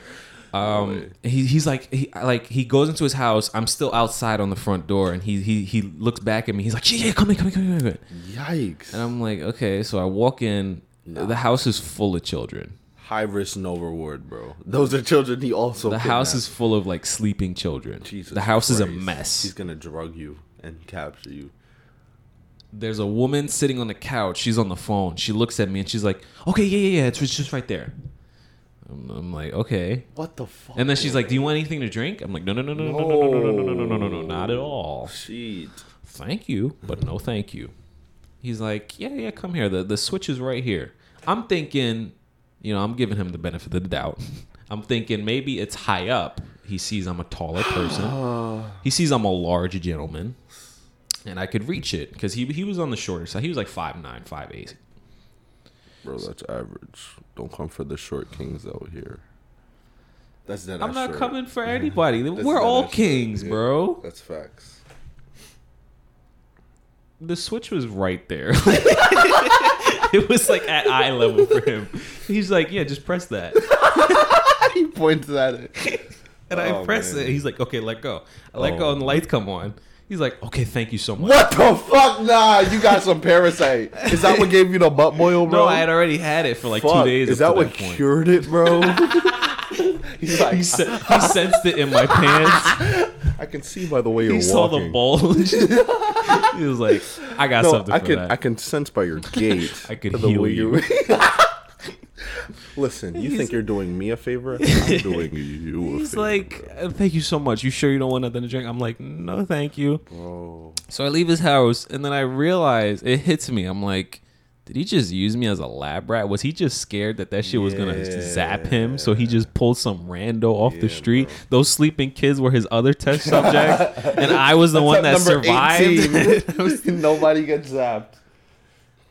B: Um, he, he's like he like he goes into his house. I'm still outside on the front door, and he he he looks back at me. He's like, yeah, yeah, come in, come in, come in, come in.
A: Yikes.
B: And I'm like, okay. So I walk in. The house is full of children.
A: High risk, no reward, bro. Those are children he also.
B: The house
A: kidnapped.
B: is full of like sleeping children.
A: Jesus
B: the house is a
A: Christ.
B: mess.
A: He's gonna drug you and capture you.
B: There's a woman sitting on the couch. She's on the phone. She looks at me and she's like, okay, yeah, yeah, yeah. It's it's just right there. I'm, I'm like, okay.
A: What the fuck?
B: And then she's like, do you want anything to drink? I'm like, no, no, no, no, no, no, no, no, no, no, no, no, no, no, not at all.
A: Oh, "Shit,
B: thank you, but no thank you. He's like, yeah, yeah, come here. The the switch is right here. I'm thinking, you know, I'm giving him the benefit of the doubt. I'm thinking maybe it's high up. He sees I'm a taller person. he sees I'm a large gentleman, and I could reach it because he he was on the shorter side. He was like five nine, five eight.
A: bro, that's average. Don't come for the short kings out here." That's that.
B: I'm not coming for anybody. We're
A: not
B: all
A: short,
B: kings,
A: yeah.
B: bro.
A: That's facts.
B: The switch was right there. it was like at eye level for him. He's like, yeah, just press that.
A: he points at it.
B: And I
A: Oh,
B: press
A: man.
B: it. He's like, okay, let go. I let go,
A: Oh.
B: and the lights come on. He's like, okay, thank you so much.
A: What the fuck? Nah, you got some parasite. Is that what gave you the butt boil, bro?
B: No, I had already had it for like
A: Fuck,
B: two days.
A: Is
B: up
A: that
B: to
A: what
B: point.
A: cured it, bro? He's like,
B: He, sen- he sensed it in my pants.
A: I can see by the way
B: He
A: you're
B: saw
A: walking.
B: the bulge. he was like, I got
A: No,
B: something
A: I
B: for
A: can
B: that.
A: I can sense by your gait.
B: I could
A: the
B: heal
A: way
B: you.
A: Listen, you
B: He's-
A: think you're doing me a favor? I'm doing you a
B: He's
A: favor.
B: like, "Uh, thank you so much. You sure you don't want nothing to drink? I'm like, no, thank you.
A: bro.
B: So I leave his house, and then I realize it hits me. I'm like, did he just use me as a lab rat? Was he just scared that that shit was gonna zap him? So he
A: Yeah.
B: just pulled some rando off
A: Yeah,
B: the street.
A: bro.
B: Those sleeping kids were his other test subjects, and I was the one that survived.
A: Nobody gets zapped.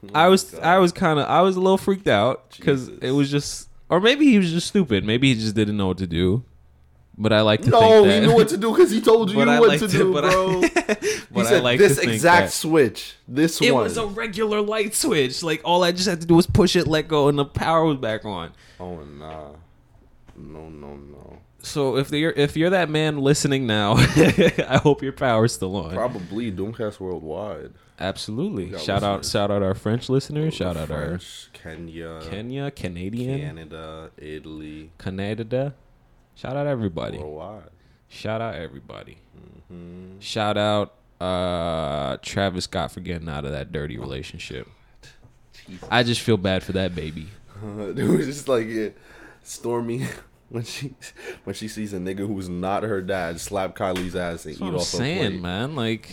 B: I was I was kind of I was a little freaked out because it was just, or maybe he was just stupid. Maybe he just didn't know what to do. But I like to
A: No,
B: think that.
A: he knew what to do because he told you
B: But I
A: what
B: like
A: to,
B: to-
A: do,
B: but I-
A: bro.
B: but
A: he
B: I
A: said
B: like
A: this
B: to think
A: exact
B: that-
A: switch. This
B: It
A: one.
B: was a regular light switch. Like all I just had to do was push it, let go, and the power was back on.
A: oh nah, no, no, no.
B: So if you're if you're that man listening now, I hope your power's still on.
A: Probably Doomcast worldwide.
B: Absolutely.
A: got
B: Shout out
A: listeners.
B: shout out our French listeners. Shout out our
A: French, Kenya,
B: Kenya, Canadian,
A: Canada, Italy,
B: Canada. Shout out everybody.
A: worldwide.
B: Shout out everybody. Shout out uh Travis Scott for getting out of that dirty relationship. I just feel bad for that baby.
A: it was just like yeah, Stormy when she when she sees a nigga who's not her dad slap Kylie's ass and eat
B: That's what I'm
A: off her plate.
B: saying, man. Like,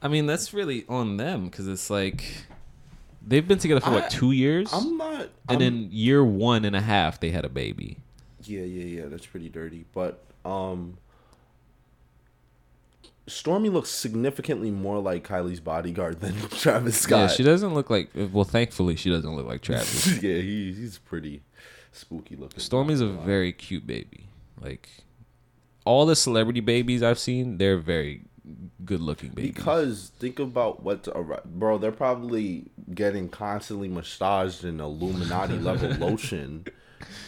B: I mean, that's really on them because it's like they've been together for
A: I-
B: what two years,
A: I'm not. I'm,
B: and in year one and a half they had a baby.
A: yeah, yeah, yeah. That's pretty dirty. But um, Stormy looks significantly more like Kylie's bodyguard than Travis
B: Yeah,
A: Scott.
B: she doesn't look like. Well, thankfully, she doesn't look like Travis.
A: yeah, he, he's pretty spooky looking.
B: Stormy's a very cute baby. Like all the celebrity babies I've seen, they're very good-looking babies.
A: Because think about what's around, bro. They're probably getting constantly massaged in Illuminati level lotion,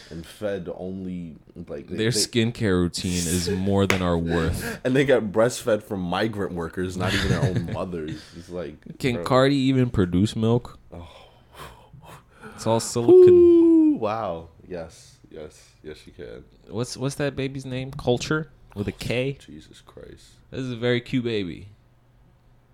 A: and fed only like they,
B: their
A: they-
B: skincare routine is more than our worth.
A: and they get breastfed from migrant workers, not even their own mothers. It's like
B: Can
A: bro.
B: Cardi even produce milk?
A: Oh.
B: It's all silicon.
A: Ooh, wow. Yes, yes, yes. She can.
B: What's what's that baby's name? Culture with a K.
A: Jesus Christ.
B: This is a very cute baby,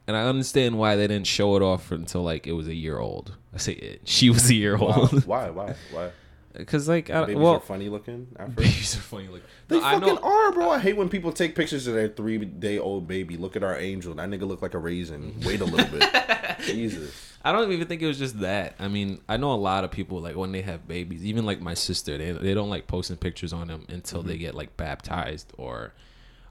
B: and I understand why they didn't show it off until like it was a year old. I say it. She was a year
A: Wow.
B: old
A: why? Why? Why?
B: because like I,
A: Babies
B: well,
A: are funny looking. At first.
B: babies are funny. Like
A: They
B: I
A: fucking
B: know
A: are, bro. I hate when people take pictures of their three day old baby. Look at our angel. That nigga look like a raisin. Wait a little bit. Jesus.
B: I don't even think it was just that. I mean, I know a lot of people like when they have babies, even like my sister, they they don't like posting pictures on them until
A: Mm-hmm.
B: they get like baptized or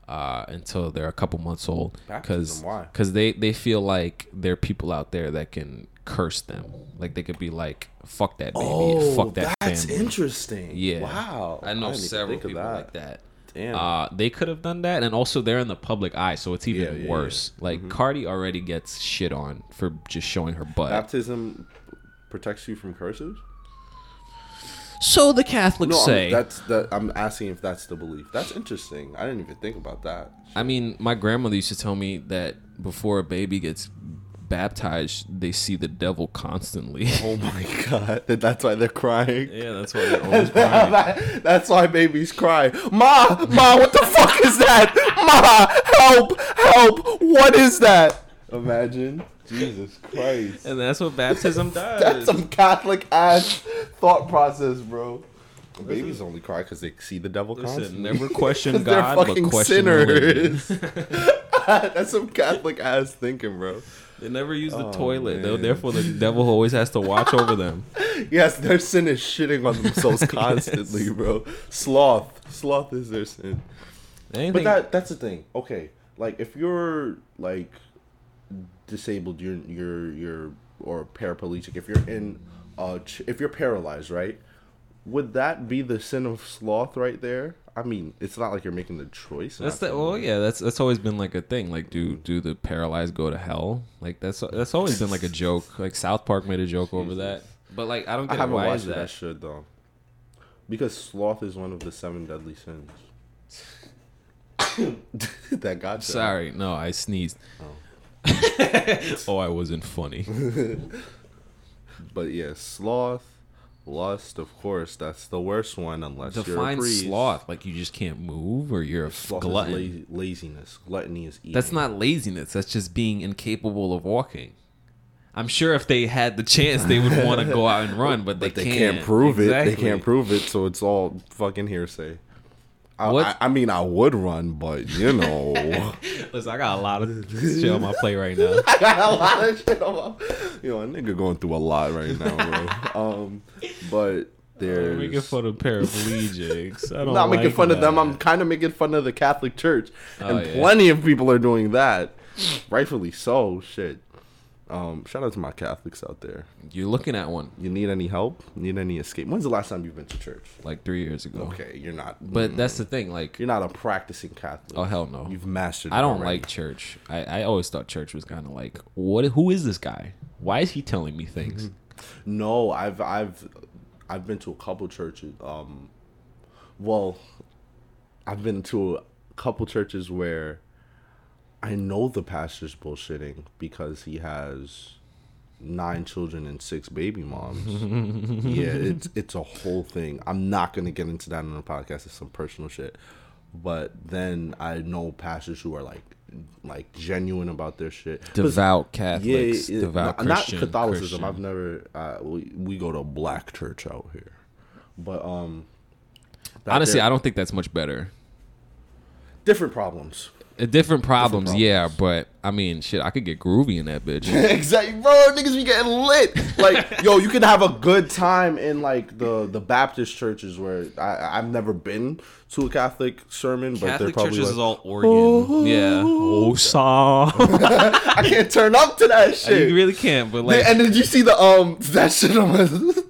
B: uh, until they're a couple months old, because
A: Baptism, why?
B: they they feel like there are people out there that can curse them, like they could be like, "Fuck that baby, fuck that
A: Oh, that's
B: family."
A: interesting.
B: Yeah.
A: Wow.
B: I know
A: didn't even
B: several
A: think of
B: people like that.
A: Damn.
B: Uh, they could have done that, and also they're in the public eye, so it's even
A: Yeah, Mm-hmm. yeah, yeah.
B: worse. Like Cardi already gets shit on for just showing her butt.
A: Baptism protects you from curses.
B: So the Catholics
A: No, I'm-
B: say.
A: that's that. I'm asking if that's the belief. That's interesting. I didn't even think about that.
B: I mean, my grandmother used to tell me that before a baby gets baptized, they see the devil constantly.
A: Oh my god. That- That's why they're crying.
B: yeah, that's why they're always crying.
A: That's why babies cry. Ma, ma, what the fuck is that? Ma, help, help. What is that? Imagine. Jesus Christ.
B: And that's what baptism does.
A: That's some Catholic ass thought process, bro. Babies only cry because they see the devil
B: Listen,
A: constantly.
B: never question
A: 'Cause they're
B: God, but
A: fucking
B: question sinners.
A: sinners. That's some Catholic ass thinking, bro.
B: They never use the
A: Oh,
B: toilet, though.
A: man.
B: Therefore, the devil always has to watch over them.
A: Yes, their sin is shitting on themselves constantly, bro. Sloth, sloth is their sin.
B: Anything,
A: But that that's the thing. Okay, like if you're like disabled, you're you're you're or paraplegic. If you're in uh ch- if you're paralyzed, right? Would that be the sin of sloth right there? I mean, it's not like you're making the choice.
B: that's
A: not
B: the. Well, yeah, that's that's always been like a thing. Like, do do the paralyzed go to hell? Like, that's that's always been like a joke. Like South Park made a joke over that. But like, I don't
A: I
B: get it.
A: haven't
B: why
A: watched
B: is
A: it. I
B: that.
A: should though, because sloth is one of the seven deadly sins. that got you.
B: Sorry, no, I sneezed. Oh, I wasn't funny.
A: But yeah, sloth, lust. Of course, that's the worst one unless you're a
B: Define
A: priest.
B: sloth like you just can't move or you're a f-
A: Sloth is
B: glutton.
A: la- laziness. Gluttony is eating.
B: That's not laziness. That's just being incapable of walking. I'm sure if they had the chance, they would want to go out and run, but they,
A: They can't prove it. They
B: Exactly.
A: can't prove it, so it's all fucking hearsay. I,
B: What-
A: I, I mean, I would run, but you know,
B: Listen, I got a lot of shit on my plate right now.
A: I got a lot of shit on my. You know, a nigga going through a lot right now, bro. um, but
B: We're
A: there's.
B: making fun of paraplegics. I
A: I'm
B: don't
A: not making
B: like
A: fun of them.
B: that.
A: I'm kind of making fun of the Catholic Church,
B: Oh,
A: and
B: yeah.
A: plenty of people are doing that, rightfully so. Shit. Um, shout out to my Catholics out there.
B: You're looking at one
A: You need any help? Need any escape? When's the last time you've been to church?
B: like three years ago.
A: Okay, Mm. you're not.
B: But that's the thing. Like,
A: you're not a practicing Catholic.
B: oh hell no.
A: You've mastered.
B: I
A: it
B: don't
A: already.
B: like church. I, I always thought church was kind of like, what? Who is this guy? Why is he telling me things?
A: Mm-hmm. No, I've I've I've been to a couple churches. Um, well, I've been to a couple churches where I know the pastor's bullshitting because he has nine children and six baby moms. yeah, it's it's a whole thing. I'm not gonna get into that on the podcast. It's some personal shit. But then I know pastors who are like like genuine about their shit. 'Cause-
B: Devout Catholics,
A: yeah, yeah,
B: devout
A: not, not
B: Christian,
A: Catholicism.
B: Christian.
A: I've never. Uh, we we go to a black church out here, but um, back
B: Honestly,
A: there-
B: I don't think that's much better.
A: different problems.
B: Uh, Different problems,
A: Different
B: yeah, but I mean, shit, I could get groovy in that bitch.
A: exactly, bro. Niggas be getting lit. Like, yo, you can have a good time in like the the Baptist churches where I I've never been to a Catholic sermon, but they're probably like,
B: all Oregon, yeah. Oh, so
A: I can't turn up to that shit.
B: you really can't. But
A: Th-
B: like,
A: and did you see the um that shit on my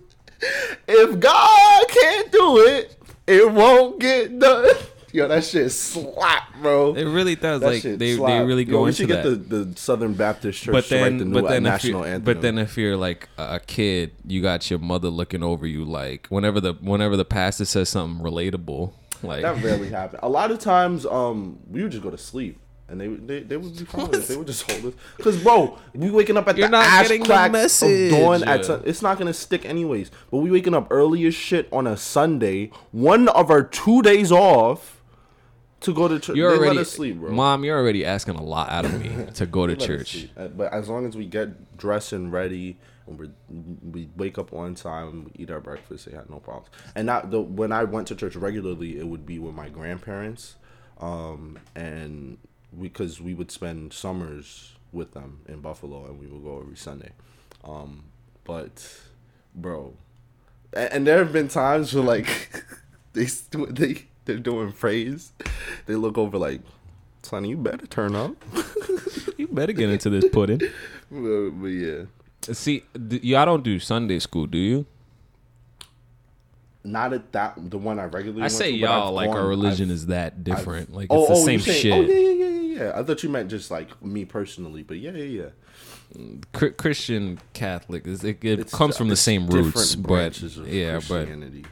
A: If God can't do it, it won't get done. Yo, that shit slap, bro.
B: it really does.
A: that
B: like, they,
A: shit
B: they
A: slap.
B: really
A: Yo,
B: go
A: we
B: into
A: should
B: that.
A: get the, the Southern Baptist Church
B: but
A: to write
B: then,
A: the new
B: but then,
A: uh,
B: if
A: national
B: you're,
A: anthem.
B: but then if you're like a a kid, you got your mother looking over you. Like whenever the whenever the pastor says something relatable, like
A: that rarely happened. A lot of times, um, we would just go to sleep. And they, they, they would be fine with it. They would just hold us. Because, bro, we waking up at
B: You're
A: the
B: not
A: ass
B: getting the
A: crack
B: message.
A: of dawn. At sun- it's not going to stick anyways. But we waking up early as shit on a Sunday, one of our two days off to go to church.
B: you're
A: they
B: already
A: let us sleep, bro.
B: mom. You're already asking a lot out of me to go to
A: Let us
B: church.
A: sleep. Uh, But as long as we get dressed and ready, and we we wake up on time, we eat our breakfast, they had no problems. And not the when I went to church regularly, it would be with my grandparents, um, and because we would spend summers with them in Buffalo, and we would go every Sunday. Um, but bro, and, and there have been times where like they stu- they they're doing praise, they look over like, "Sonny, you better turn up."
B: You better get into this pudding.
A: Well, but yeah,
B: See, d- y'all don't do Sunday school, do you?
A: not at that the one I regularly.
B: I
A: went
B: say
A: to, but
B: y'all
A: I've
B: like our
A: gone-
B: religion
A: I've-
B: is that different. like it's
A: oh,
B: the
A: oh,
B: same
A: you saying,
B: shit.
A: Oh yeah, yeah, yeah, yeah, yeah. I thought you meant just like me personally, but yeah, yeah, yeah.
B: Chri- Christian Catholic, is- it, it
A: It's-
B: comes from the
A: it's
B: same roots,
A: different
B: but
A: branches of
B: yeah, but
A: Christianity.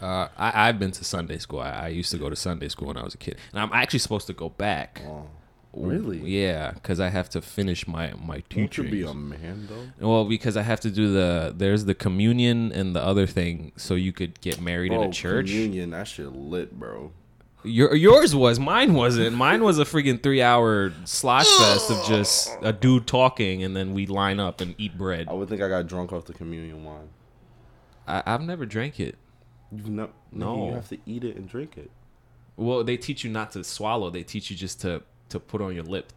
B: Uh, I, I've been to Sunday school. I, I used to go to Sunday school when I was a kid, and I'm actually supposed to go back.
A: Oh. really?
B: Yeah, because I have to finish my my
A: you should be
B: teaching.
A: a man though.
B: well, because I have to do the there's the communion and the other thing, so you could get married in
A: Bro,
B: a church.
A: Oh, communion, that shit lit, bro.
B: Your, yours was, mine wasn't. Mine was a freaking three hour slosh fest of just a dude talking, and then we line up and eat bread.
A: I would think I got drunk off the communion wine.
B: I, I've never drank it.
A: You know, no,
B: No.
A: you have to eat it and drink it.
B: Well, they teach you not to swallow. They teach you just to to put on your lip,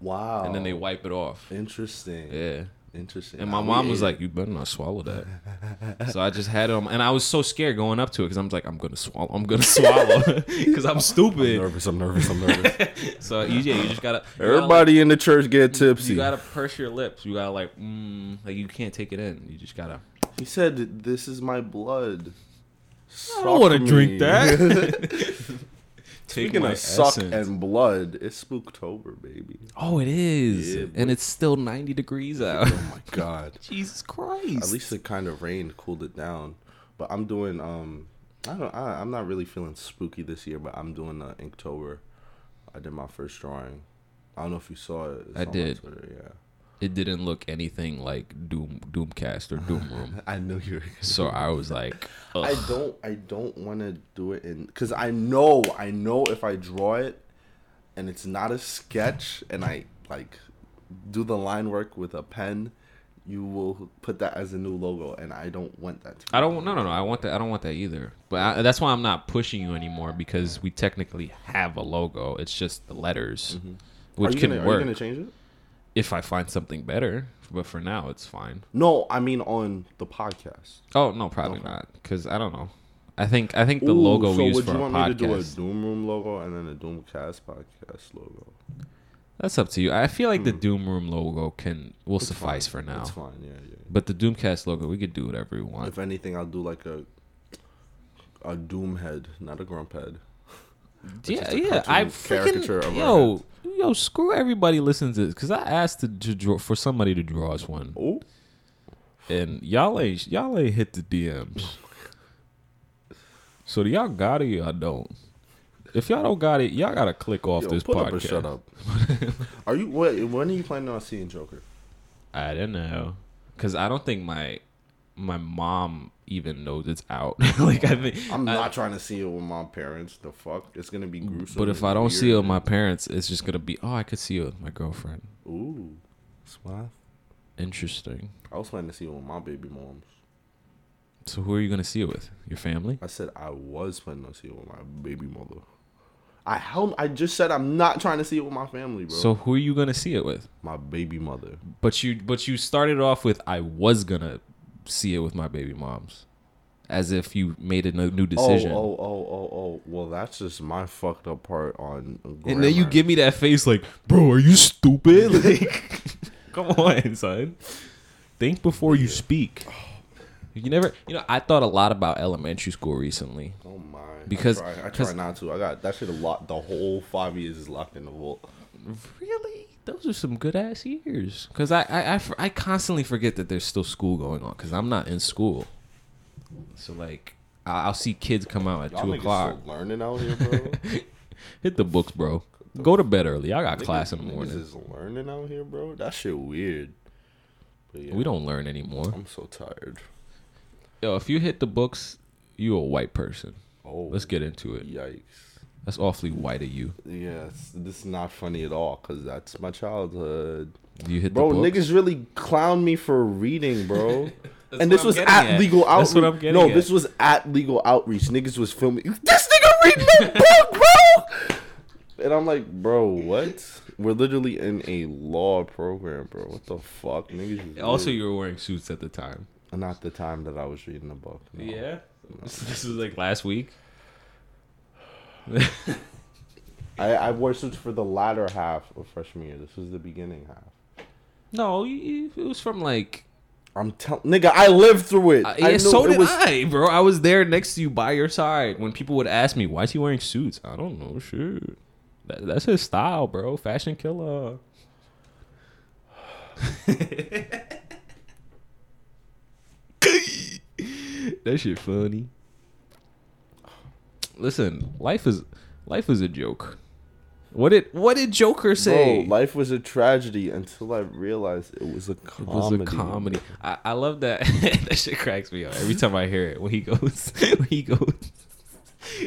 A: Wow.
B: and then they wipe it off.
A: interesting.
B: Yeah.
A: Interesting.
B: And my
A: Nah, we
B: mom was
A: ate
B: like, "You better not swallow that." so I just had him, and I was so scared going up to it because I'm like, "I'm gonna swallow. I'm gonna swallow because I'm
A: it.
B: stupid."
A: nervous. I'm nervous. I'm nervous.
B: so you, yeah, you just gotta you gotta, like,
A: Everybody in the church get tipsy.
B: you gotta purse your lips. You gotta like, mm, like you can't take it in. You just gotta.
A: He said, "This is my blood." Suck me."
B: take
A: Speaking
B: my
A: of suck
B: essence.
A: and blood, it's Spooktober, baby.
B: oh, it is,
A: Yeah,
B: and it's still 90 degrees out.
A: Oh my god!
B: Jesus Christ!
A: At least it kind of rained, cooled it down. But I'm doing um, I don't, I, I'm not really feeling spooky this year, but I'm doing uh, Inktober. I did my first drawing. I don't know if you saw it. It's
B: I
A: on my
B: did.
A: Twitter, yeah,
B: it didn't look anything like Doom Doomcast or Doom Room.
A: I knew you. were
B: so I was like, ugh.
A: I don't I don't want to do it in cuz I know I know if I draw it and it's not a sketch and I like do the line work with a pen you will put that as a new logo, and I don't want that. To be
B: I don't. No, no, no. I want that. I don't want that either. But I, that's why I'm not pushing you anymore because we technically have a logo. It's just the letters,
A: are
B: which
A: you
B: can
A: gonna, Mm-hmm. Are
B: work
A: you gonna change it?
B: if I find something better. But for now, it's fine.
A: No, I mean on the podcast.
B: Oh no, probably not. Because I don't know. I think I think the
A: Ooh,
B: logo
A: so
B: we use
A: would
B: for
A: you
B: our
A: want me to do a
B: podcast.
A: Doom Room logo and then a Doomcast podcast logo?
B: That's up to you. I feel like the Doom Room logo can will suffice for now.
A: Hmm. It's fine. Yeah, yeah.
B: But the Doomcast logo, we could do whatever we want.
A: If anything, I'll do like a a doom head, not a grump head.
B: Yeah,
A: just a
B: yeah. I
A: cartoon
B: freaking
A: caricature of our
B: yo yo screw everybody listens to this because I asked to, to draw for somebody to draw us one,
A: Oh,
B: and y'all ain't y'all ain't hit the DMs. So do y'all got it? or Y'all don't. If y'all don't got it, y'all gotta click off
A: yo,
B: this
A: put up or
B: podcast.
A: shut up. are you? What, when are you planning on seeing Joker?
B: I don't know, cause I don't think my my mom even knows it's out. like I think
A: I'm not trying to see it with my parents. The fuck, it's gonna be gruesome.
B: But if
A: and
B: I don't
A: weird.
B: see it with my parents, it's just gonna be oh, I could see it with my girlfriend.
A: ooh, swag.
B: Interesting.
A: I was planning to see it with my baby moms.
B: So who are you gonna see it with? Your family?
A: I said I was planning on seeing it with my baby mother. I hell, I just said I'm not trying to see it with my family, bro.
B: So who are you gonna see it with?
A: my baby mother.
B: But you but you started off with I was gonna see it with my baby moms, as if you made a no- new decision.
A: Oh, oh, oh, oh, oh. Well, that's just my fucked up part on. Grammar.
B: and then you give me that face like, bro, are you stupid? Like, come on, son. Think before you speak. You never, you know, I thought a lot about elementary school recently.
A: Oh my!
B: Because-
A: I try, I try
B: because-
A: not to. I got that shit a lot. The whole five years is locked in the vault.
B: Really? Those are some good ass years. Because I, I, I f- I constantly forget that there's still school going on because I'm not in school. So, like, I- I'll see kids come out at
A: Y'all
B: 2
A: niggas
B: o'clock.
A: still learning out here, bro.
B: Hit the books, bro. Go to bed early. I got class in the
A: Niggas
B: morning.
A: is learning out here, bro. That shit weird. But yeah,
B: We don't learn anymore.
A: I'm so tired.
B: Yo, if you hit the books, you a white person.
A: Oh,
B: Let's get into it.
A: yikes.
B: That's awfully white of you.
A: Yes, this is not funny at all because that's my childhood.
B: You hit
A: Bro,
B: the books.
A: niggas really clown me for reading, bro. and this
B: what I'm
A: was
B: getting
A: at
B: at.
A: legal outreach.
B: That's what I'm getting
A: no,
B: at.
A: this was at legal outreach. Niggas was filming. This nigga reading the book, bro. And I'm like, bro, what? We're literally in a law program, bro. What the fuck, niggas? is
B: Also,
A: weird.
B: you were wearing suits at the time.
A: not the time that I was reading the book. no.
B: Yeah. This was like last week.
A: I, I wore suits for the latter half of freshman year. This was the beginning half.
B: No, you- you- it was from like.
A: I'm telling, nigga, I lived through it.
B: I,
A: I
B: Uh, yeah,
A: knew
B: so
A: it
B: did
A: was-
B: I, bro. I was there next to you by your side when people would ask me, why is he wearing suits? I don't know. Shoot. That, that's his style, bro. Fashion killer. that shit funny. Listen, life is life is a joke. What did what did Joker say?
A: Bro, life was a tragedy until I realized it was a
B: It
A: comedy.
B: was a comedy. I, I love that. that shit cracks me up every time I hear it. When he goes, when he goes,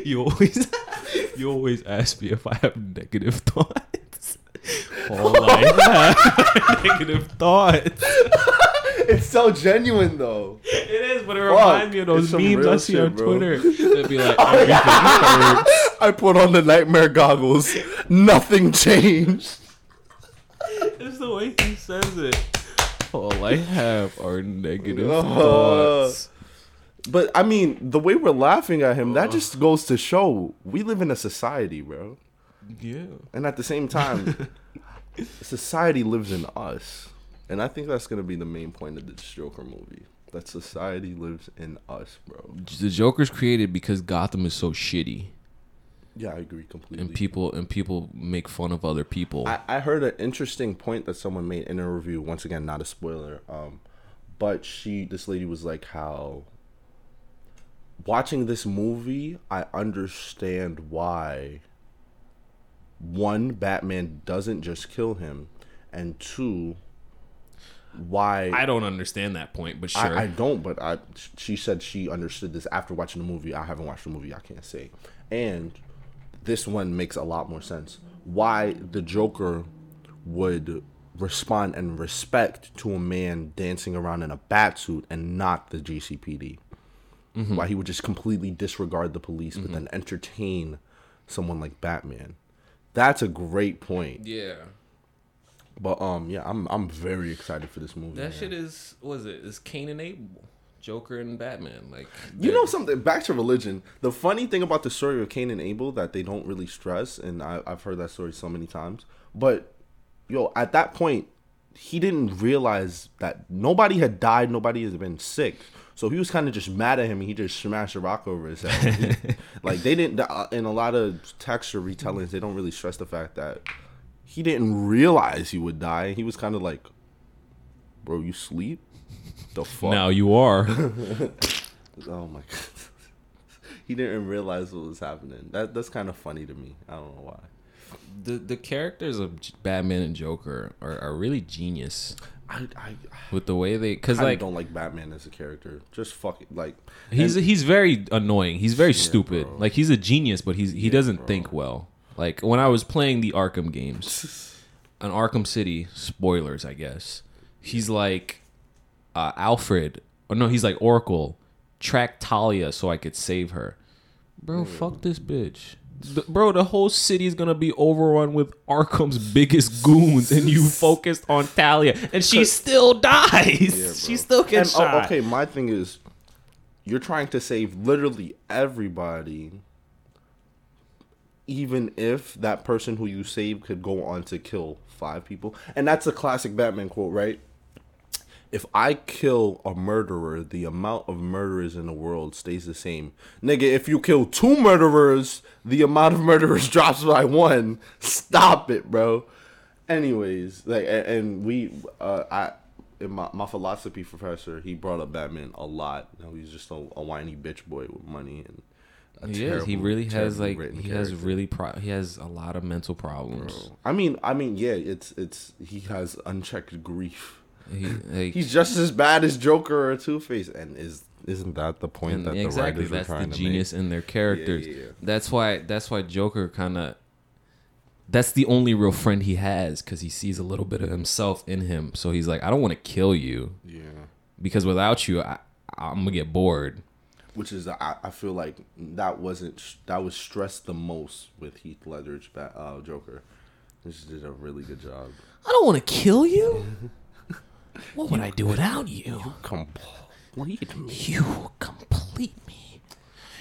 B: you always, you always ask me if I have negative thoughts. All I have are negative thoughts.
A: It's so genuine though.
B: It is, but it reminds me of
A: it's
B: those
A: some
B: memes
A: real
B: I see
A: shit,
B: on
A: bro.
B: Twitter. They'd be like, everything hurts.
A: I put on the nightmare goggles. Nothing changed.
B: It's the way he says it. All I have are negative
A: Uh,
B: thoughts.
A: But I mean, the way we're laughing at him, that just goes to show we live in a society, bro.
B: Yeah.
A: And at the same time, society lives in us. And I think that's gonna be the main point of this Joker movie. That society lives in us, bro.
B: The Joker's created because Gotham is so shitty.
A: Yeah, I agree completely.
B: and people and people make fun of other people.
A: I, I heard an interesting point that someone made in a review. Once again, not a spoiler. Um, but she, this lady, was like, "How watching this movie, I understand why one Batman doesn't just kill him, and two, why
B: I don't understand that point, but sure.
A: I, I don't, but I she said she understood this after watching the movie. I haven't watched the movie, I can't say. And this one makes a lot more sense. Why the Joker would respond and respect to a man dancing around in a bat suit and not the GCPD.
B: Mm-hmm.
A: Why he would just completely disregard the police but then entertain someone like Batman. That's a great point.
B: Yeah.
A: But um yeah, I'm I'm very excited for this movie.
B: That
A: man.
B: shit is what is it? It's Cain and Abel. Joker and Batman. Like
A: You know something? Back to religion. The funny thing about the story of Cain and Abel that they don't really stress, and I, I've heard that story so many times. But yo, at that point, he didn't realize that nobody had died, nobody had been sick. So he was kind of just mad at him, and he just smashed a rock over his head. He- like they didn't. uh, In a lot of texture retellings, they don't really stress the fact that he didn't realize he would die. He was kind of like, "Bro, you sleep? The fuck?"
B: now you are.
A: Oh my god. he didn't realize what was happening. That that's kind of funny to me. I don't know why.
B: the the characters of J- Batman and Joker are, are really genius
A: I I,
B: with the way they because
A: I
B: like
A: don't like Batman as a character. Just fuck it. Like
B: he's he's very annoying. He's very
A: Yeah,
B: stupid.
A: bro.
B: Like he's a genius, but he's he doesn't think well. Like when I was playing the Arkham games, on Arkham City spoilers, I guess he's like uh, Alfred or no, he's like Oracle. Track Talia so I could save her. Bro, fuck this bitch. The- bro, the whole city is gonna be overrun with Arkham's biggest goons, and you focused on Talia, and she still dies. she still
A: and,
B: gets
A: oh,
B: shot.
A: okay, my thing is you're trying to save literally everybody even if that person who you save could go on to kill five people. And that's a classic Batman quote, right? if I kill a murderer, the amount of murderers in the world stays the same. Nigga, if you kill two murderers, the amount of murderers drops by one. Stop it, bro. Anyways, like, a- and we, uh, I, in my, my philosophy professor, he brought up Batman a lot. Now he's just a, a whiny bitch boy with money and. A
B: He is. He
A: terrible,
B: really has
A: terribly
B: like
A: written
B: he has
A: character.
B: really pro- he has a lot of mental problems.
A: I mean, I mean, yeah, it's it's he has unchecked grief.
B: He, like,
A: He's just as bad as Joker or Two Face, and is isn't that the point
B: and
A: that
B: exactly
A: the writers
B: that's
A: were
B: the
A: trying
B: genius in their characters.
A: yeah, yeah.
B: That's why that's why Joker kind of that's the only real friend he has because he sees a little bit of himself in him. So he's like, I don't want to kill you
A: to make? Yeah,
B: because without you, I, I'm gonna get bored.
A: which is I, I feel like that wasn't that was stressed the most with Heath Ledger's Ba- uh, Joker. This did a really good job.
B: I don't want to kill you. What would I do without you?
A: Complete me,
B: You complete me.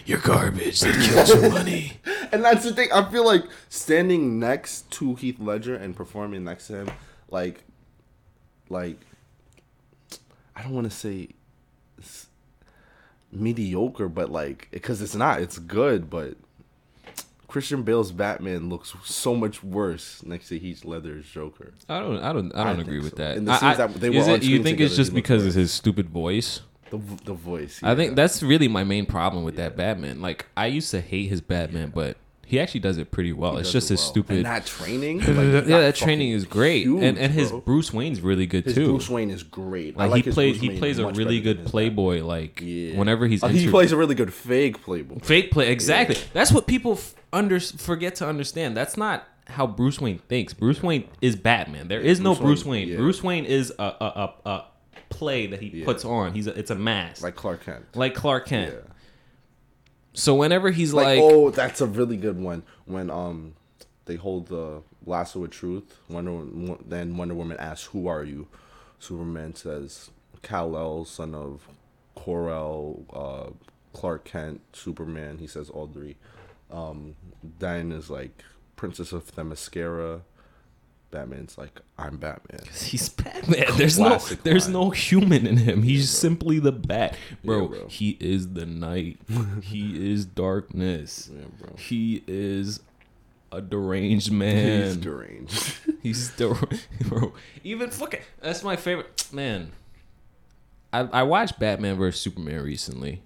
B: You're garbage that kills your money.
A: and that's the thing. I feel like standing next to Heath Ledger and performing next to him, like, like, I don't want to say s- mediocre, but like, because it's not, it's good, but Christian Bale's Batman looks so much worse next to Heath Ledger's Joker.
B: I don't. I don't. I don't
A: think
B: agree
A: so.
B: with that.
A: And the
B: I-
A: scenes
B: I-
A: that they
B: is
A: were on
B: it- you
A: screen
B: think it's
A: together,
B: just
A: he looked
B: because
A: worse.
B: of his stupid voice?
A: The v- the voice.
B: I
A: yeah.
B: think that's really my main problem with that Batman. Like I used to hate his Batman, but he actually does it pretty well. it's
A: does
B: just
A: it
B: his
A: well.
B: stupid.
A: And that training.
B: yeah,
A: like,
B: that training is great,
A: huge,
B: and and his
A: bro.
B: Bruce Wayne's really good
A: his
B: too.
A: Bruce Wayne is great. I
B: like, he
A: his
B: plays
A: Bruce
B: he
A: Wayne
B: plays a
A: much
B: really
A: better than
B: good
A: his
B: playboy. Like
A: Yeah.
B: whenever he's
A: Uh, he
B: interviewed-
A: plays a really good fake playboy.
B: fake play exactly. That's what people f- under forget to understand. That's not how Bruce Wayne thinks. Bruce Wayne is Batman. There is no
A: Bruce
B: Bruce
A: Wayne-
B: Wayne.
A: yeah.
B: Bruce Wayne is a a, a, a play that he puts on. He's a, it's a mask like,
A: like Clark Kent.
B: Clark
A: Yeah.
B: Kent. So whenever he's
A: Like,
B: like,
A: oh, that's a really good one. When um, they hold the lasso of truth. Wonder Wo- then Wonder Woman asks, "Who are you?" Superman says, "Kal El, son of Kor-El, uh, Clark Kent, Superman." He says all three. Um, Diana's like Princess of Themyscira. Batman's like, "I'm Batman."
B: He's Batman. There's no,
A: Classic
B: there's
A: line.
B: no human in him. He's simply the bat, bro,
A: Yeah, bro.
B: He is the night. he is darkness.
A: bro.
B: He is a deranged
A: He's
B: man.
A: deranged.
B: He's still, bro. Even fucking. That's my favorite man. I I watched Batman vs Superman recently.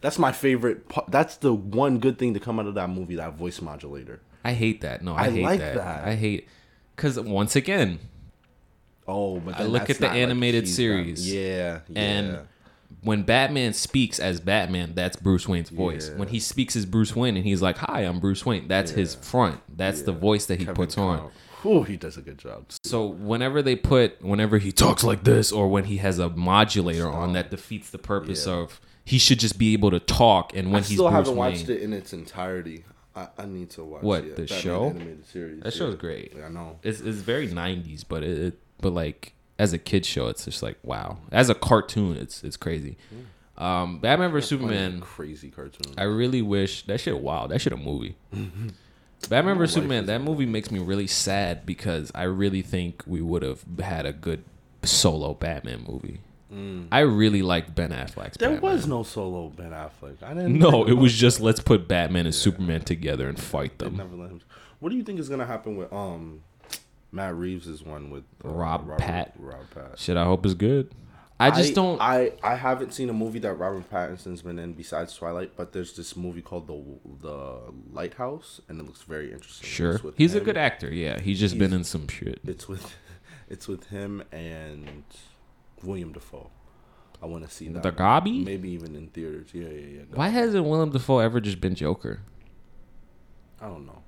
A: That's my favorite. Part. That's the one good thing to come out of that movie. That voice modulator.
B: I hate that. No, I,
A: I
B: hate
A: like
B: that.
A: that.
B: I hate because once again,
A: Oh, but
B: I
A: then
B: look
A: that's
B: at the
A: not, like,
B: animated
A: he's
B: series,
A: Batman. Yeah, yeah.
B: And when Batman speaks as Batman, that's Bruce Wayne's voice.
A: Yeah.
B: When he speaks as Bruce Wayne and he's like, "Hi, I'm Bruce Wayne," that's his front. That's the voice that he
A: Kevin
B: puts on.
A: Conn- Ooh, he does a good job.
B: So whenever they put whenever he talks like this or when he has a modulator on that defeats the purpose
A: Yeah.
B: of he should just be able to talk and when
A: I
B: he's
A: still
B: Bruce
A: haven't
B: Wayne.
A: watched it in its entirety. I, I need to watch
B: What,
A: it.
B: the
A: Batman
B: show?
A: Animated series,
B: That show's great.
A: I know.
B: It's it's very 90s but it, it but like as a kid show it's just like wow. As a cartoon it's it's crazy. Um Batman vs
A: Like,
B: Superman
A: crazy cartoon.
B: I really wish that shit. Wow, that shit a movie. Batman vs
A: life
B: Superman.
A: is
B: That movie makes me really sad because I really think we would have had a good solo Batman movie. I really liked Ben Affleck's.
A: Mm. there
B: Batman.
A: was no solo Ben Affleck. I didn't.
B: no. It was just let's put Batman and Superman together and fight
A: They
B: them.
A: never let him. What do you think is gonna happen with um, Matt Reeves is one with uh,
B: Rob
A: Robert-
B: Pat.
A: Rob Pat.
B: Shit, I hope it's good. I just don't.
A: I I haven't seen a movie that Robert Pattinson's been in besides Twilight, but there's this movie called the the Lighthouse, and it looks very interesting.
B: sure,
A: It's with
B: he's a
A: him-
B: good actor. Yeah, he's just been in some shit.
A: It's with, it's with him and William Defoe. I want to see that.
B: The Gabi.
A: Maybe even in theaters. Yeah, yeah, yeah.
B: Why hasn't Willem Dafoe ever just been Joker?
A: I don't know.